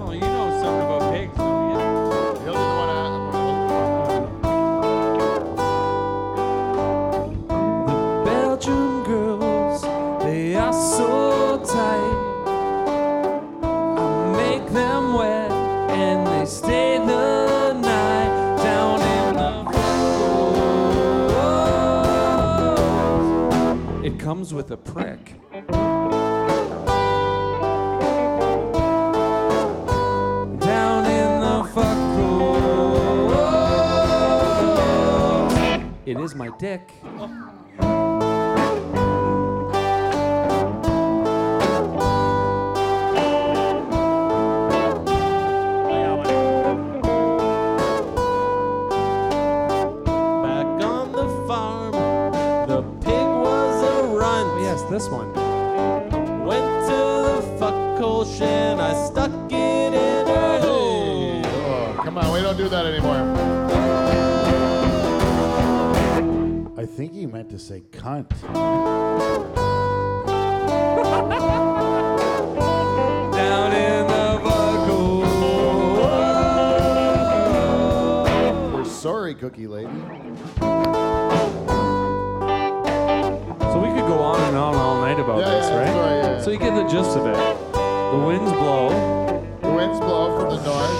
Speaker 6: Oh, you know something about pigs, don't you?
Speaker 4: You'll do the one I-
Speaker 1: The Belgian girls, they are so tight. I make them wet and they stay the night down in the floor.
Speaker 6: It comes with a prick.
Speaker 1: Down in the fuck hole.
Speaker 6: It is my dick.
Speaker 7: Back on the farm, the pig was a runt.
Speaker 6: Yes, this one.
Speaker 7: Went to the fuckhole shin, I stuck it in her hole.
Speaker 4: Oh, come on, we don't do that anymore.
Speaker 12: I think he meant to say cunt.
Speaker 1: Down in the fuck hole.
Speaker 4: We're sorry, Cookie Lady.
Speaker 6: So we could go on and on all night about
Speaker 4: Yeah,
Speaker 6: this,
Speaker 4: yeah,
Speaker 6: right?
Speaker 4: sorry, yeah, yeah.
Speaker 6: So you get the gist of it. The winds blow.
Speaker 4: The winds blow from the north.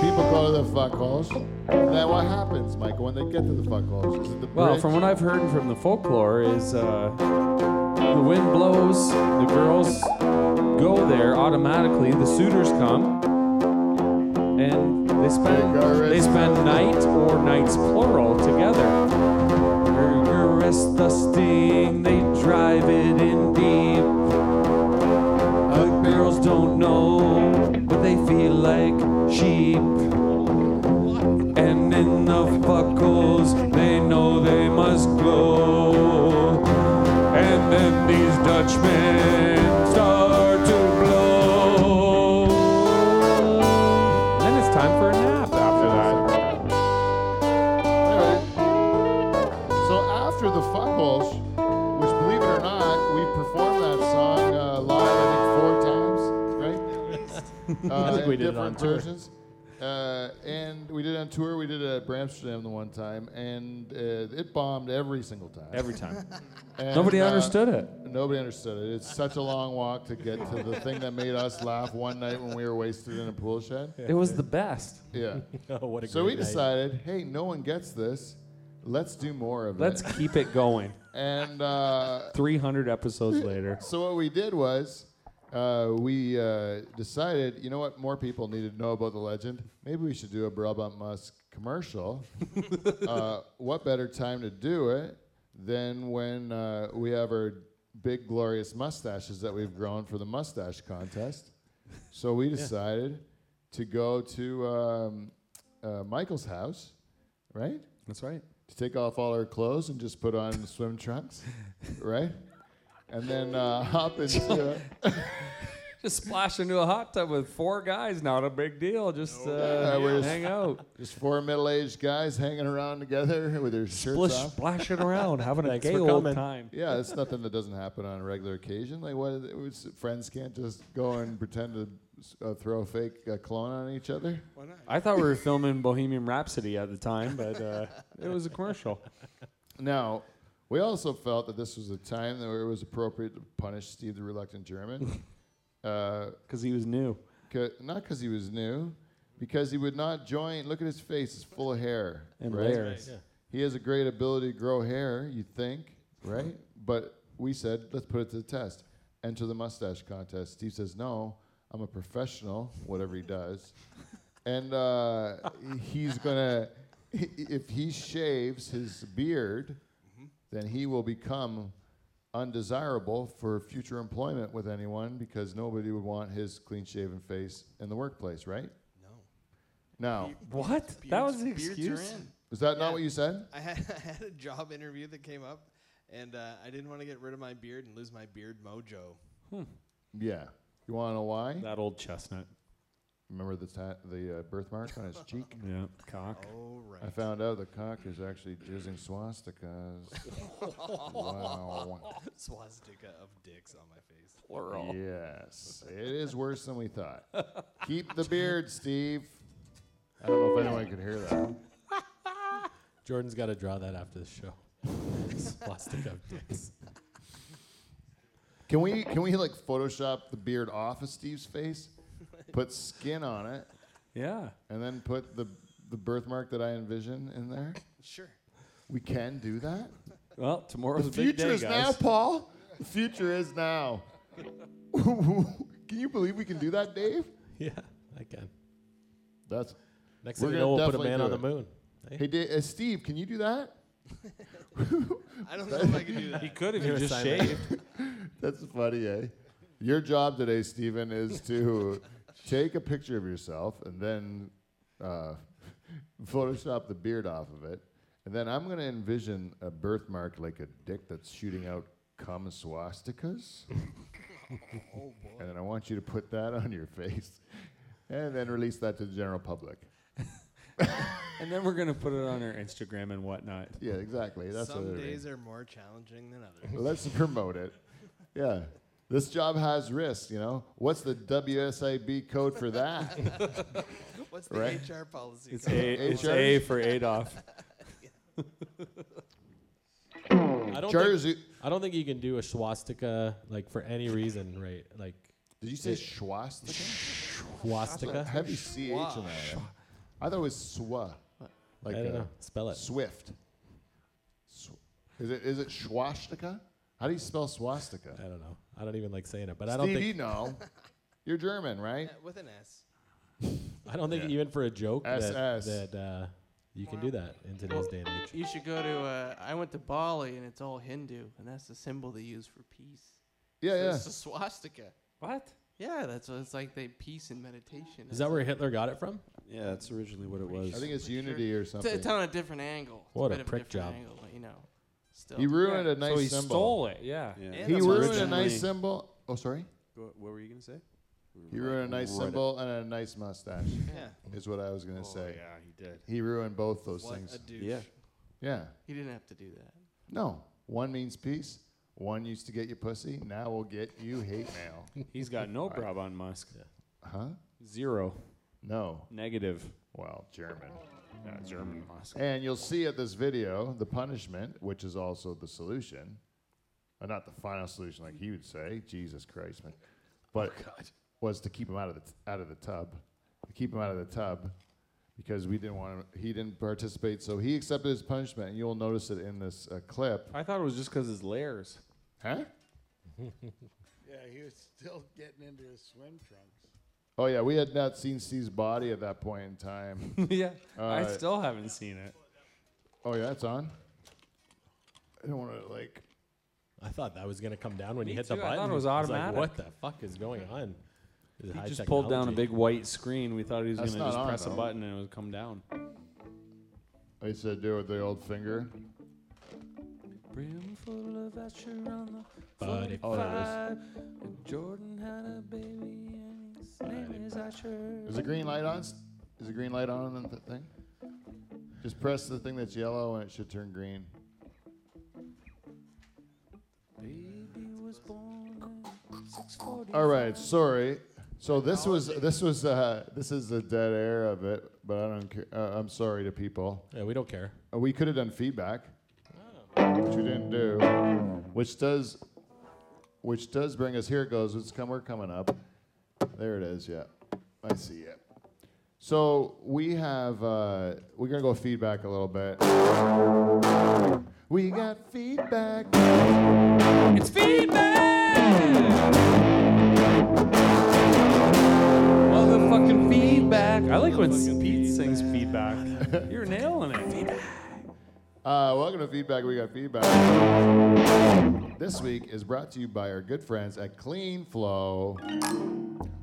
Speaker 4: People go to the fuckholes. And then what happens, Michael, when they get to the fuckholes? Is it the
Speaker 6: Well,
Speaker 4: bridge?
Speaker 6: from what I've heard from the folklore is uh, the wind blows, the girls go there automatically, the suitors come, and they spend
Speaker 4: Cigarettes.
Speaker 6: they spend night or nights plural together. Rigorous the sting, they drive it in deep. Good girls don't know, but they feel like sheep. And in the fuckles, they know they must go. And then these Dutchmen start to blow. Then it's time for a nap after that.
Speaker 4: Anyway, so after the fuckholes, which believe it or not, we performed that song uh, live, I think, four times, right? Uh,
Speaker 7: I think we
Speaker 4: in
Speaker 7: did it
Speaker 4: different
Speaker 7: on tour.
Speaker 4: versions. Uh, and we did it on tour. We did it at Bramsterdam the one time, and uh, it bombed every single time.
Speaker 6: Every time.
Speaker 4: And,
Speaker 6: Nobody
Speaker 4: uh,
Speaker 6: understood it.
Speaker 4: Nobody understood it. It's such a long walk to get to the thing that made us laugh one night when we were wasted in a pool shed.
Speaker 6: It was the best.
Speaker 4: Yeah.
Speaker 7: Oh, what a
Speaker 4: So we
Speaker 7: great night.
Speaker 4: decided, hey, no one gets this. Let's do more of
Speaker 6: Let's
Speaker 4: it.
Speaker 6: keep it going.
Speaker 4: And uh,
Speaker 6: 300 episodes later.
Speaker 4: so what we did was uh, we uh, decided, you know what, more people needed to know about the legend. Maybe we should do a Brabant Musk commercial. uh, what better time to do it than when uh, we have our big, glorious mustaches that we've grown for the mustache contest? So we decided to go to um, uh, Michael's house, right?
Speaker 6: That's right.
Speaker 4: to take off all our clothes and just put on swim trunks, right? And then uh, hop into
Speaker 6: Just splash into a hot tub with four guys. Not a big deal. Just uh,
Speaker 4: Yeah, we're just-
Speaker 6: hang out.
Speaker 4: just four middle-aged guys hanging around together with their shirts
Speaker 6: Splish,
Speaker 4: off.
Speaker 6: splashing around, having a
Speaker 7: uh, Thanks
Speaker 6: gay
Speaker 7: for
Speaker 6: old
Speaker 7: coming.
Speaker 6: time.
Speaker 4: Yeah, it's nothing that doesn't happen on a regular occasion. Like what? It was, friends can't just go and pretend to s- uh, throw a fake uh, clone on each other?
Speaker 13: Why not?
Speaker 6: I thought we were filming Bohemian Rhapsody at the time, but uh, it was a commercial.
Speaker 4: Now, we also felt that this was a time that it was appropriate to punish Steve the Reluctant German. uh,
Speaker 6: Because he was new.
Speaker 4: ca- not because he was new, because he would not join. Look at his face; it's full of hair.
Speaker 6: And
Speaker 4: right?
Speaker 6: layers.
Speaker 7: Right,
Speaker 4: He has a great ability to grow hair. You think, right? but we said, let's put it to the test. Enter the mustache contest. Steve says, no, I'm a professional. Whatever he does, and uh, he's gonna. i- If he shaves his beard, then he will become undesirable for future employment with anyone because nobody would want his clean shaven face in the workplace, right? No. Now,
Speaker 6: What? that was the
Speaker 9: Beards are
Speaker 6: excuse?
Speaker 9: in.
Speaker 4: is that
Speaker 9: Yeah.
Speaker 4: not what you said?
Speaker 9: I had, I had a job interview that came up, and uh, I didn't want to get rid of my beard and lose my beard mojo.
Speaker 4: Yeah. You want to know why?
Speaker 6: That old chestnut.
Speaker 4: Remember the, ta- the uh, birthmark on his cheek?
Speaker 6: Yeah. Cock.
Speaker 9: Oh right.
Speaker 4: I found out the cock is actually jizzing swastikas. wow.
Speaker 9: Swastika of dicks on my face.
Speaker 6: Plural.
Speaker 4: Yes. It is worse than we thought. Keep the beard, Steve. I don't know if anyone could hear that.
Speaker 7: Jordan's got to draw that after the show. Plastic of dicks.
Speaker 4: Can we can we like Photoshop the beard off of Steve's face, put skin on it,
Speaker 6: Yeah.
Speaker 4: and then put the the birthmark that I envision in there?
Speaker 9: Sure.
Speaker 4: We can do that.
Speaker 6: Well,
Speaker 4: the
Speaker 6: tomorrow's a big
Speaker 4: future
Speaker 6: day,
Speaker 4: is
Speaker 6: guys.
Speaker 4: now, Paul. The future is now. can you believe we can do that, Dave?
Speaker 7: Yeah, I can.
Speaker 4: That's
Speaker 7: Next
Speaker 4: We're
Speaker 7: thing you
Speaker 4: gonna
Speaker 7: know, we'll put a
Speaker 4: definitely
Speaker 7: man
Speaker 4: do
Speaker 7: on
Speaker 4: it.
Speaker 7: the moon. Hey,
Speaker 4: hey, Da- uh, Steve. Can you do that?
Speaker 9: I don't know if I can do that.
Speaker 6: You could if you just
Speaker 7: assignment.
Speaker 6: shaved.
Speaker 4: That's funny, eh? Your job today, Stephen, is to take a picture of yourself and then uh, Photoshop the beard off of it, and then I'm gonna envision a birthmark like a dick that's shooting out cum swastikas.
Speaker 9: Oh,
Speaker 4: And then I want you to put that on your face, and then release that to the general public.
Speaker 6: And then we're going to put it on our Instagram and whatnot.
Speaker 4: Yeah, exactly. That's
Speaker 9: Some
Speaker 4: what it is.
Speaker 9: days are more challenging than others.
Speaker 4: Let's promote it. Yeah. This job has risks, you know? What's the WSIB code for that?
Speaker 9: What's the
Speaker 4: Right.
Speaker 9: HR policy?
Speaker 6: It's
Speaker 9: called?
Speaker 6: A, it's
Speaker 4: HR?
Speaker 6: a for Adolf.
Speaker 7: I don't think,
Speaker 4: Jersey.
Speaker 7: I don't think you can do a swastika like for any reason, right? Like
Speaker 4: Did you say swastika?
Speaker 7: swastika.
Speaker 4: Heavy CH in that. I thought it was swa. Like
Speaker 7: I don't
Speaker 4: uh,
Speaker 7: know. Spell it.
Speaker 4: Swift. Sw- Is it is it swastika? How do you spell swastika?
Speaker 7: I don't know. I don't even like saying it, but I don't
Speaker 4: Steve, you
Speaker 7: think
Speaker 4: know. You're German, right?
Speaker 9: Yeah, Uh, with an S.
Speaker 7: I don't think even for a joke
Speaker 4: SS.
Speaker 7: that that uh, you can do that in today's day and age.
Speaker 9: You should go to. Uh, I went to Bali, and it's all Hindu, and that's the symbol they use for peace.
Speaker 4: Yeah,
Speaker 9: So
Speaker 4: yeah.
Speaker 9: It's a swastika.
Speaker 6: What?
Speaker 9: Yeah, that's what it's like. They peace and meditation.
Speaker 7: Is that where Hitler got it from?
Speaker 13: Yeah, that's originally what it was.
Speaker 4: I think it's unity or
Speaker 9: It's,
Speaker 4: something.
Speaker 9: it's on a different angle. It's
Speaker 7: What a
Speaker 9: bit of
Speaker 7: prick
Speaker 9: different
Speaker 7: job.
Speaker 9: Angle, but you know, still.
Speaker 4: He ruined a nice
Speaker 6: so he
Speaker 4: symbol.
Speaker 6: stole it, yeah.
Speaker 13: Yeah.
Speaker 9: Yeah,
Speaker 4: He
Speaker 9: that's
Speaker 4: ruined a
Speaker 13: originally-
Speaker 4: nice symbol. Oh, sorry.
Speaker 13: Wha- What, were you gonna say?
Speaker 4: He ruined a nice
Speaker 13: Right.
Speaker 4: symbol and a nice mustache.
Speaker 9: Yeah.
Speaker 4: Is what I was gonna say.
Speaker 13: he did.
Speaker 4: He ruined both those
Speaker 9: What
Speaker 4: things.
Speaker 9: a douche.
Speaker 13: Yeah.
Speaker 4: yeah.
Speaker 9: He didn't have to do that.
Speaker 4: No. One means peace. One used to get you pussy. Now we'll get you hate mail.
Speaker 6: He's got no Brabant Musk.
Speaker 4: huh?
Speaker 6: Zero.
Speaker 4: No.
Speaker 6: Negative.
Speaker 4: Well, German.
Speaker 6: Not German Musk.
Speaker 4: And you'll see at this video the punishment, which is also the solution. Uh, not the final solution, like he would say. Jesus Christ, man. But was to keep him out of the t- out of the tub, to keep him out of the tub, because we didn't want him, he didn't participate, so he accepted his punishment. And you'll notice it in this uh, clip,
Speaker 6: I thought it was just because his layers.
Speaker 4: huh?
Speaker 12: Yeah, he was still getting into his swim trunks.
Speaker 4: Oh yeah, we had not seen Steve's body at that point in time.
Speaker 6: yeah. I
Speaker 4: Alright.
Speaker 6: still haven't seen it.
Speaker 4: oh yeah, it's on. I don't want to like.
Speaker 7: I thought that was gonna come down when
Speaker 6: Me
Speaker 7: you hit
Speaker 6: too.
Speaker 7: the
Speaker 6: I
Speaker 7: button.
Speaker 6: thought it was
Speaker 7: I
Speaker 6: automatic.
Speaker 7: like, what the fuck is going on? This is
Speaker 6: He
Speaker 7: high
Speaker 6: just pulled down a
Speaker 7: technology.
Speaker 6: big white screen. We thought he was
Speaker 4: That's
Speaker 6: going to
Speaker 4: not
Speaker 6: just
Speaker 4: on,
Speaker 6: press
Speaker 4: though.
Speaker 6: a button and it would come down.
Speaker 4: I used to do it with the old finger.
Speaker 6: Brim full of Asher on the
Speaker 7: But it
Speaker 6: 45. And Jordan had a baby and his name is Asher.
Speaker 4: Is the green light on? s- Is the green light on on the thing? Just press the thing that's yellow and it should turn green.
Speaker 6: Baby was born at 640.
Speaker 4: All right, sorry. So this was this was uh, this is the dead air of it, but I don't care. Uh, I'm sorry to people.
Speaker 7: Yeah, we don't care.
Speaker 4: Uh, we could have done feedback, which we didn't do, which does, which does bring us here. It goes. It's come. We're coming up. There it is. Yeah, I see it. So we have uh, we're gonna go feedback a little bit. We got feedback.
Speaker 1: It's feedback.
Speaker 6: Motherfucking feedback. I like when Pete sings feedback. You're nailing it. Oh
Speaker 4: Uh, welcome to Feedback. We got feedback. This week is brought to you by our good friends at Clean Flow.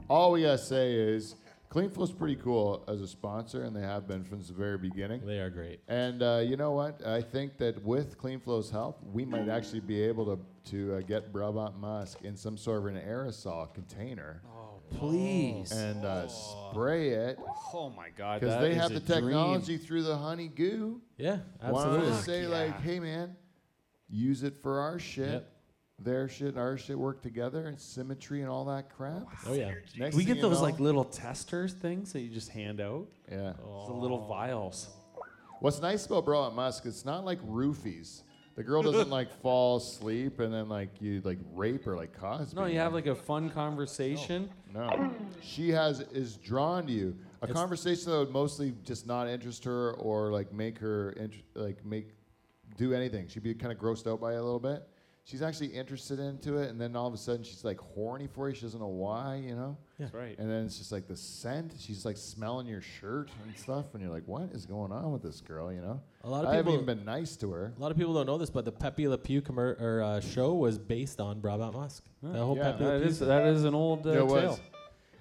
Speaker 4: All we gotta say is Clean Flow's pretty cool as a sponsor, and they have been since the very beginning.
Speaker 7: They are great.
Speaker 4: And uh, you know what? I think that with Clean Flow's help, we might actually be able to to uh, get Brabant Musk in some sort of an aerosol container
Speaker 6: Oh, Please.
Speaker 4: and uh, spray it
Speaker 6: Oh my God.
Speaker 4: because
Speaker 6: that
Speaker 4: they
Speaker 6: is
Speaker 4: have
Speaker 6: a
Speaker 4: the
Speaker 6: dream.
Speaker 4: technology through the honey goo.
Speaker 7: Yeah,
Speaker 4: Why
Speaker 7: absolutely.
Speaker 4: don't I say like, hey man, use it for our shit,
Speaker 7: Yep.
Speaker 4: their shit, and our shit work together and symmetry and all that crap.
Speaker 7: Oh yeah.
Speaker 4: Next
Speaker 6: We
Speaker 4: thing
Speaker 6: get
Speaker 4: you
Speaker 6: those
Speaker 4: know-
Speaker 6: like Oh. little testers things that you just hand out.
Speaker 4: yeah.
Speaker 6: It's The little vials.
Speaker 4: What's nice about Bro at Musk? It's not like roofies. The girl doesn't like fall asleep and then like you like rape or like cause.
Speaker 6: No, you have like a fun conversation.
Speaker 4: no. She has is drawn to you. A conversation that would mostly just not interest her or like make her int- like make do anything. She'd be kind of grossed out by it a little bit. She's actually interested into it, and then all of a sudden she's like horny for you. She doesn't know why, you know.
Speaker 6: That's right.
Speaker 4: And then it's just like the scent. She's like smelling your shirt and stuff, and you're like, "What is going on with this girl?" You know.
Speaker 7: A lot of
Speaker 4: I haven't
Speaker 7: people-
Speaker 4: even been nice to her.
Speaker 7: A lot of people don't know this, but the Pepe Le Pew commer- or, uh, show was based on Brabant Musk. The whole
Speaker 4: Yeah,
Speaker 7: Pepe Le
Speaker 6: That
Speaker 7: Pew.
Speaker 6: is that is an old uh,
Speaker 4: There
Speaker 6: tale.
Speaker 4: was.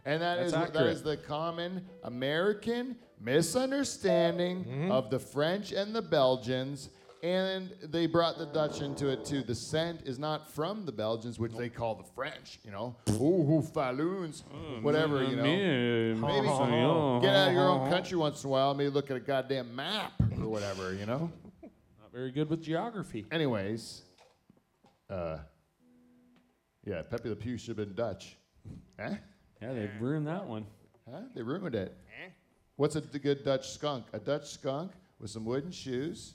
Speaker 4: And that
Speaker 6: That's
Speaker 4: is that
Speaker 6: accurate.
Speaker 4: is the common American misunderstanding
Speaker 6: Mm-hmm.
Speaker 4: of the French and the Belgians. And they brought the Dutch into it too. The scent is not from the Belgians, which they call the French, you know. Ooh, falloons,
Speaker 6: Mm-hmm.
Speaker 4: whatever, you know. Maybe get out of your
Speaker 6: Mm-hmm.
Speaker 4: own country once in a while, maybe look at a goddamn map or whatever, you know?
Speaker 6: Not very good with geography.
Speaker 4: Anyways, uh, yeah, Pepe Le Pew should have been Dutch. Eh?
Speaker 6: Yeah, they ruined that one.
Speaker 4: Huh? They ruined it. What's a d- good Dutch skunk? A Dutch skunk with some wooden shoes.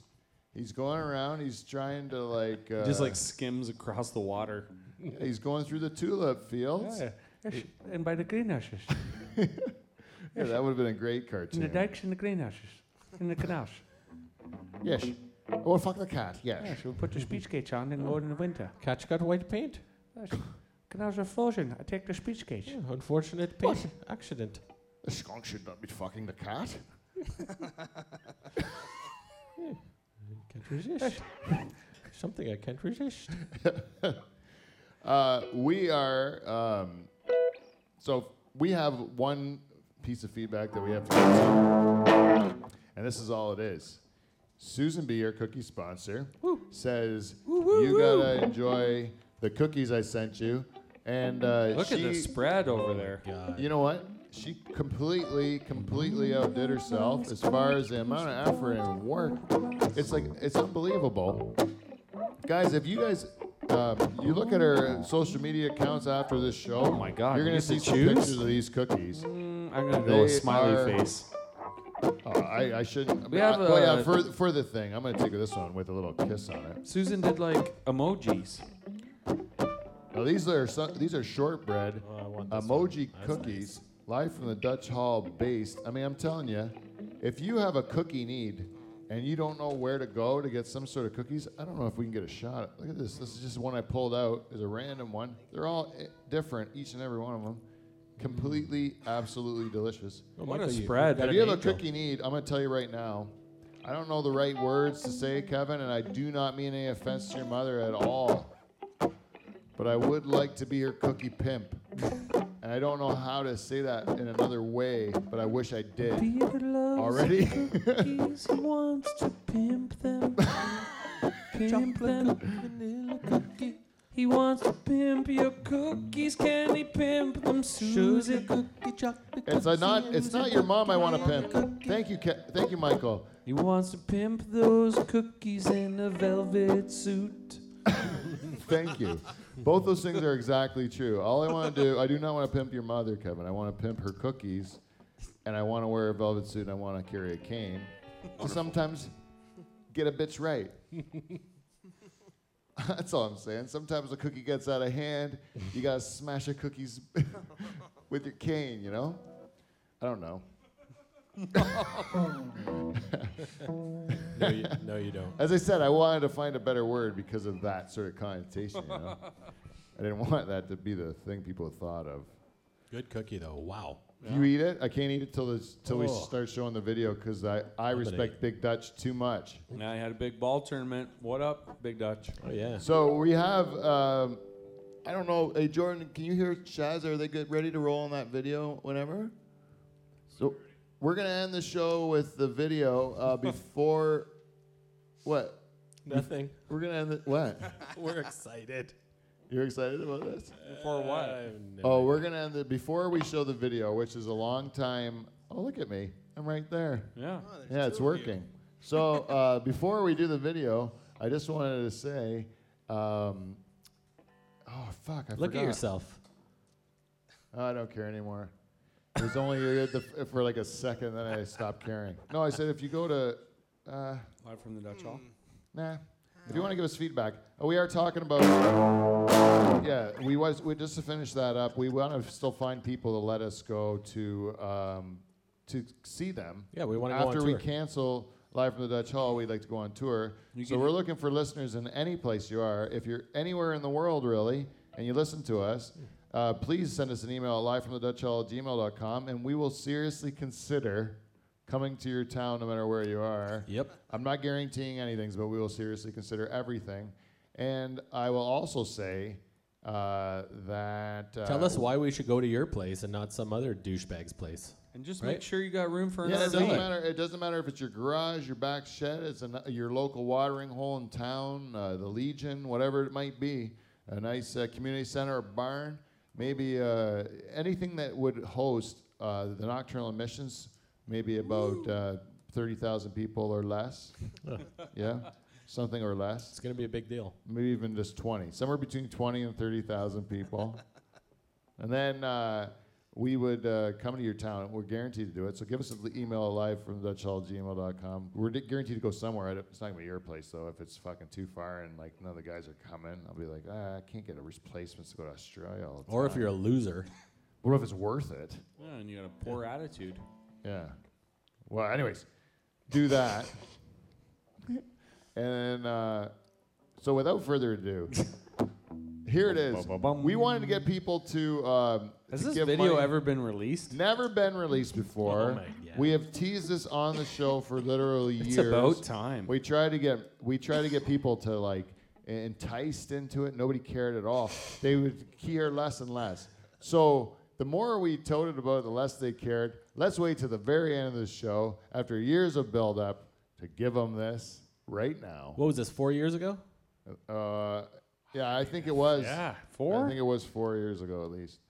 Speaker 4: He's going around. He's trying to like. Uh,
Speaker 6: Just like skims across the water.
Speaker 4: yeah, he's going through the tulip fields. Yeah,
Speaker 14: And by the greenhouses.
Speaker 4: that would have been a great
Speaker 14: In the
Speaker 4: cartoon.
Speaker 14: dikes and the greenhouses. In the canals.
Speaker 4: yes. Or fuck the cat. Yes.
Speaker 14: Yes, we put the speech gates on and go in the winter.
Speaker 7: Catch got white paint.
Speaker 14: Yes. Canals are frozen. I take the speech gates.
Speaker 7: Yeah, unfortunate paint accident.
Speaker 4: The skunk should not be fucking the cat.
Speaker 7: Can't resist. Something I can't resist.
Speaker 4: Uh, we are. Um, so we have one piece of feedback that we have to get to, and this is all it is. Susan B, our cookie sponsor, says you gotta enjoy the cookies I sent you, and uh,
Speaker 6: Look
Speaker 4: she,
Speaker 6: at the spread over there.
Speaker 4: you know what? She completely, completely outdid herself as far as the amount of effort and work. It's like it's unbelievable, guys. If you guys, um, you look at her social media accounts after this show. Oh
Speaker 6: my God,
Speaker 4: You're
Speaker 6: you
Speaker 4: gonna
Speaker 6: get to
Speaker 4: see some
Speaker 6: choose?
Speaker 4: pictures of these cookies.
Speaker 6: Mm, I'm gonna go with
Speaker 4: They
Speaker 6: smiley
Speaker 4: are-
Speaker 6: face.
Speaker 4: Oh, I, I shouldn't.
Speaker 6: We have
Speaker 4: uh, oh yeah,
Speaker 6: a-
Speaker 4: for for the thing, I'm gonna take this one with a little kiss on it.
Speaker 6: Susan did like emojis.
Speaker 4: Now these are some, these are shortbread
Speaker 7: Oh, I want this
Speaker 4: emoji cookies, live from the Dutch Hall based. I mean, I'm telling you, if you have a cookie need and you don't know where to go to get some sort of cookies, I don't know if we can get a shot. Look at this. This is just one I pulled out. It's a random one. They're all i- different, each and every one of them. Completely, absolutely delicious.
Speaker 7: Oh,
Speaker 6: What a
Speaker 7: Michael, you-
Speaker 6: spread.
Speaker 4: If you have a cookie need, E? I'm going to tell you right now. I don't know the right words to say, Kevin, and I do not mean any offense to your mother at all. But I would like to be her cookie pimp. and I don't know how to say that in another way, but I wish I did
Speaker 14: Peter loves
Speaker 4: already.
Speaker 14: cookies. He wants to pimp them. Pimp them. Vanilla cookie. He wants to pimp your cookies. Can he pimp them, Susie? Cookie chocolate
Speaker 4: it's a not it's not your mom I want to pimp. Thank you Ke- thank you Michael.
Speaker 14: He wants to pimp those cookies in a velvet suit.
Speaker 4: Thank you. Both those things are exactly true. All I want to do, I do not want to pimp your mother, Kevin. I want to pimp her cookies, and I want to wear a velvet suit. and I want to carry a cane. To sometimes get a bitch right. That's all I'm saying. Sometimes a cookie gets out of hand. You gotta smash a cookie's with your cane. You know? I don't know.
Speaker 7: No, you, no, you don't.
Speaker 4: As I said, I wanted to find a better word because of that sort of connotation. You know? I didn't want that to be the thing people thought of.
Speaker 7: Good cookie though. Wow.
Speaker 4: You eat it? I can't eat it till this, till we
Speaker 7: Oh.
Speaker 4: start showing the video because I, I
Speaker 7: gonna
Speaker 4: respect Big Dutch too much.
Speaker 6: Now I had a big ball tournament. What up, Big Dutch?
Speaker 7: Oh yeah.
Speaker 4: So we have, um, I don't know, hey Jordan, can you hear Shaz? Are they good, ready to roll on that video whenever? So we're gonna end the show with the video uh, before. what?
Speaker 7: Nothing.
Speaker 4: We're gonna end the what?
Speaker 7: We're excited.
Speaker 4: You're excited about this?
Speaker 6: For what?
Speaker 4: Oh, we're gonna end it before we show the video, which is a long time. Oh, look at me! I'm right there.
Speaker 6: Yeah.
Speaker 4: yeah, it's working. So uh, before we do the video, I just wanted to say, um, oh fuck, I
Speaker 7: Look
Speaker 4: forgot.
Speaker 7: at yourself.
Speaker 4: Oh, I don't care anymore. It was only at the, for like a second, then I stopped caring. No, I said if you go to, uh,
Speaker 6: Live from the Dutch Hall.
Speaker 4: nah. If you want to give us feedback, oh, we are talking about. Yeah, we was we just to finish that up. We want to still find people to let us go to um, to see them.
Speaker 7: Yeah, we wanna go on
Speaker 4: after we
Speaker 7: tour.
Speaker 4: cancel live from the Dutch Hall. We'd like to go on tour. so we're looking for listeners in any place you are. If you're anywhere in the world really, and you listen to us. Uh, please send us an email at livefromthedutchhall at gmail.com and we will seriously consider coming to your town no matter where you are.
Speaker 7: Yep.
Speaker 4: I'm not guaranteeing anything, but we will seriously consider everything. And I will also say uh, that. Uh,
Speaker 7: Tell us why we should go to your place and not some other douchebag's place.
Speaker 6: And just
Speaker 7: Right?
Speaker 6: make sure you got room for
Speaker 4: Yeah, it
Speaker 6: another
Speaker 4: doesn't
Speaker 6: beat.
Speaker 4: matter. It doesn't matter if it's your garage, your back shed, it's an, your local watering hole in town, uh, the Legion, whatever it might be, a nice uh, community center, a barn, maybe uh, anything that would host uh, the nocturnal emissions, maybe about uh, thirty thousand people or less. yeah, something or less.
Speaker 7: It's gonna be a big deal.
Speaker 4: maybe even just 20, somewhere between 20 and 30,000 people. and then uh, we would uh, come to your town. We're guaranteed to do it. So give us an email live from DutchHallGmail.com. We're di- guaranteed to go somewhere. I don't- It's not going to be your place, though. If it's fucking too far and like none of the guys are coming, I'll be like, ah, I can't get a replacement to go to Australia all the
Speaker 7: Or if
Speaker 4: time."
Speaker 7: you're a loser.
Speaker 4: What if it's worth it?
Speaker 6: Yeah, and you got a poor attitude.
Speaker 4: Yeah. Well, anyways, do that. and uh, so, without further ado, here it is.
Speaker 6: Ba-ba-bum.
Speaker 4: We wanted to get people to. Um,
Speaker 6: Has
Speaker 4: to
Speaker 6: this
Speaker 4: give
Speaker 6: video
Speaker 4: money-
Speaker 6: ever been released?
Speaker 4: Never been released before.
Speaker 7: Oh my God.
Speaker 4: We have teased this on the show for literally
Speaker 6: It's
Speaker 4: years.
Speaker 6: about time.
Speaker 4: We try to get we try to get people to like enticed into it. Nobody cared at all. They would care less and less. So the more we toted about it, the less they cared. Let's wait to the very end of the show after years of build up to give them this right now.
Speaker 7: What was this? Four years ago?
Speaker 4: Uh, yeah, I think it was.
Speaker 6: Yeah,
Speaker 4: I
Speaker 6: four?
Speaker 4: think it was four years ago at least.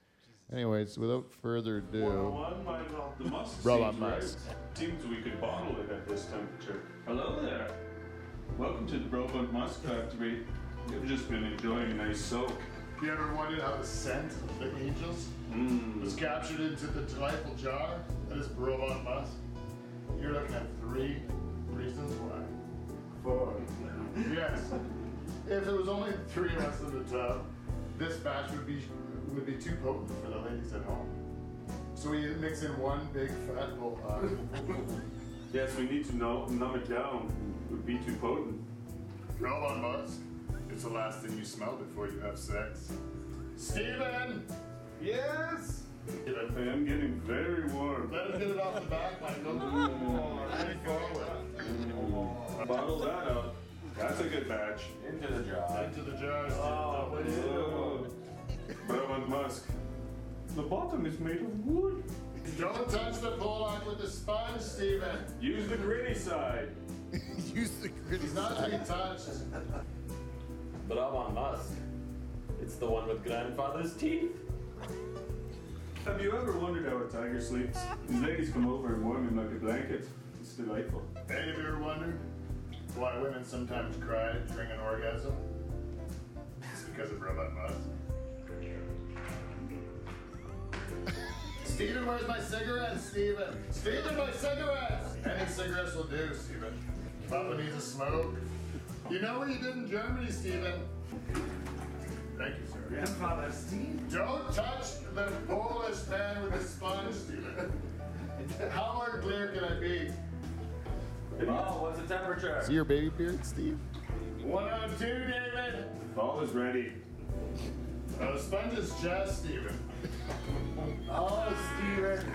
Speaker 4: Anyways, without further ado,
Speaker 15: One might help the musk
Speaker 4: Robot
Speaker 15: seems right.
Speaker 4: musk.
Speaker 15: Seems we could bottle it at this temperature. Hello there. Welcome to the Robot Musk Factory. I've just been enjoying a nice soak.
Speaker 4: you ever wondered how the scent of the angels was captured into the delightful jar that is Robot Musk? You're looking at three reasons why. Four. yes. If it was only three of us in the tub, this batch would be would be too potent for the ladies at home. So we mix in one big fat bowl.
Speaker 15: Yes, we need to know, numb it down. It would be too potent.
Speaker 4: Robot Musk. It's the last thing you smell before you have sex. Steven!
Speaker 15: Yes!
Speaker 4: Get
Speaker 15: I am getting very warm.
Speaker 4: Let us get it off the back, Michael. Ready forward.
Speaker 15: Bottle that up. That's a good batch. Into the jar.
Speaker 4: Into the jar. Oh,
Speaker 15: Robot Musk. The bottom is made of wood.
Speaker 4: Don't touch the Pollock with the sponge, Steven.
Speaker 15: Use the gritty side.
Speaker 3: Use the gritty.
Speaker 4: He's not to be touched.
Speaker 16: But I'm on Musk. It's the one with grandfather's teeth.
Speaker 15: Have you ever wondered how a tiger sleeps? His ladies come over and warm him like a blanket. It's delightful.
Speaker 4: Any of you ever wondered why women sometimes cry during an orgasm? because of Robot Musk. Steven, where's my cigarettes, Steven? Steven, my cigarettes! Any cigarettes will do, Steven. Papa needs a smoke. You know what you did in Germany, Steven? Thank you, sir. Grandfather Steve? Don't touch the Polish man with the sponge, Steven. How unclear can I be?
Speaker 16: Oh, what's the temperature?
Speaker 4: See your baby beard, Steve?
Speaker 16: 102, David.
Speaker 15: Ball is ready.
Speaker 4: Oh, sponge is just Steven.
Speaker 17: Oh, Steven.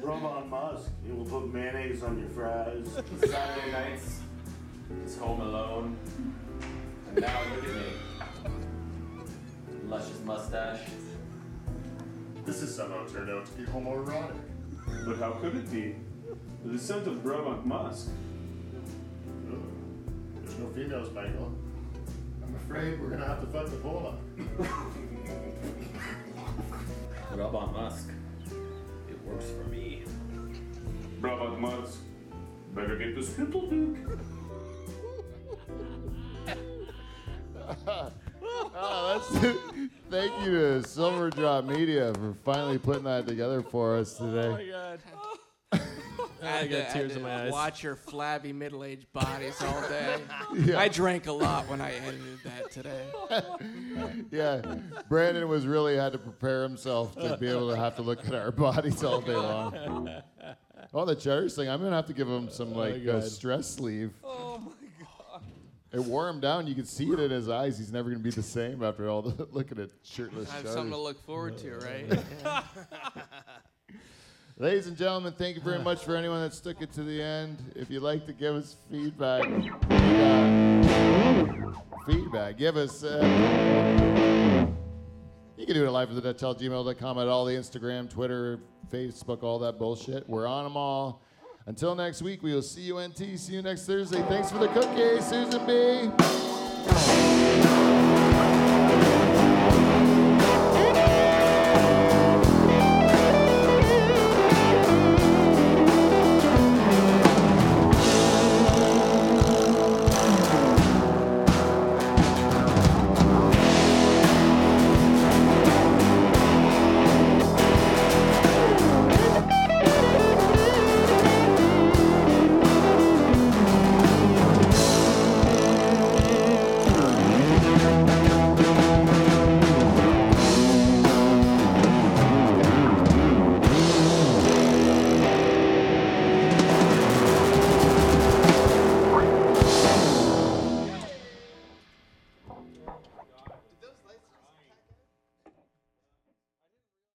Speaker 17: Roman Musk, he will put mayonnaise on your fries.
Speaker 16: Saturday nights, he's home alone. And now look at me. Luscious mustache.
Speaker 4: This is somehow turned out to be homoerotic.
Speaker 15: But how could it be? The scent of Brabant musk.
Speaker 4: There's no females, Michael. I'm afraid we're gonna have to fuck the Pola.
Speaker 16: Robot Musk. It works for me.
Speaker 15: Brabant musk. Better get the skittle duke.
Speaker 4: oh, that's Thank you to Silver Drop Media for finally putting that together for us today.
Speaker 9: god.
Speaker 7: I got tears in my eyes.
Speaker 9: Watch your flabby middle-aged bodies all day.
Speaker 4: Yeah.
Speaker 9: I drank a lot when I edited that today.
Speaker 4: yeah, Brandon was really had to prepare himself to be able to have to look at our bodies all day long. Oh, the cheddars thing! I'm gonna have to give him some
Speaker 7: Oh my
Speaker 4: like uh,
Speaker 7: God.
Speaker 4: stress sleeve.
Speaker 1: Oh my god.
Speaker 4: It wore him down. You could see it in his eyes. He's never gonna be the same after all the looking at shirtless.
Speaker 9: I have
Speaker 4: Charters.
Speaker 9: something to look forward to, right?
Speaker 4: Ladies and gentlemen, thank you very much for anyone that stuck it to the end. If you'd like to give us feedback, uh, feedback, give us. Uh, you can do it at live at the Dutch gmail.com at all the Instagram, Twitter, Facebook, all that bullshit. We're on them all. Until next week, we will see you NT. See you next Thursday. Thanks for the cookie, Susan B.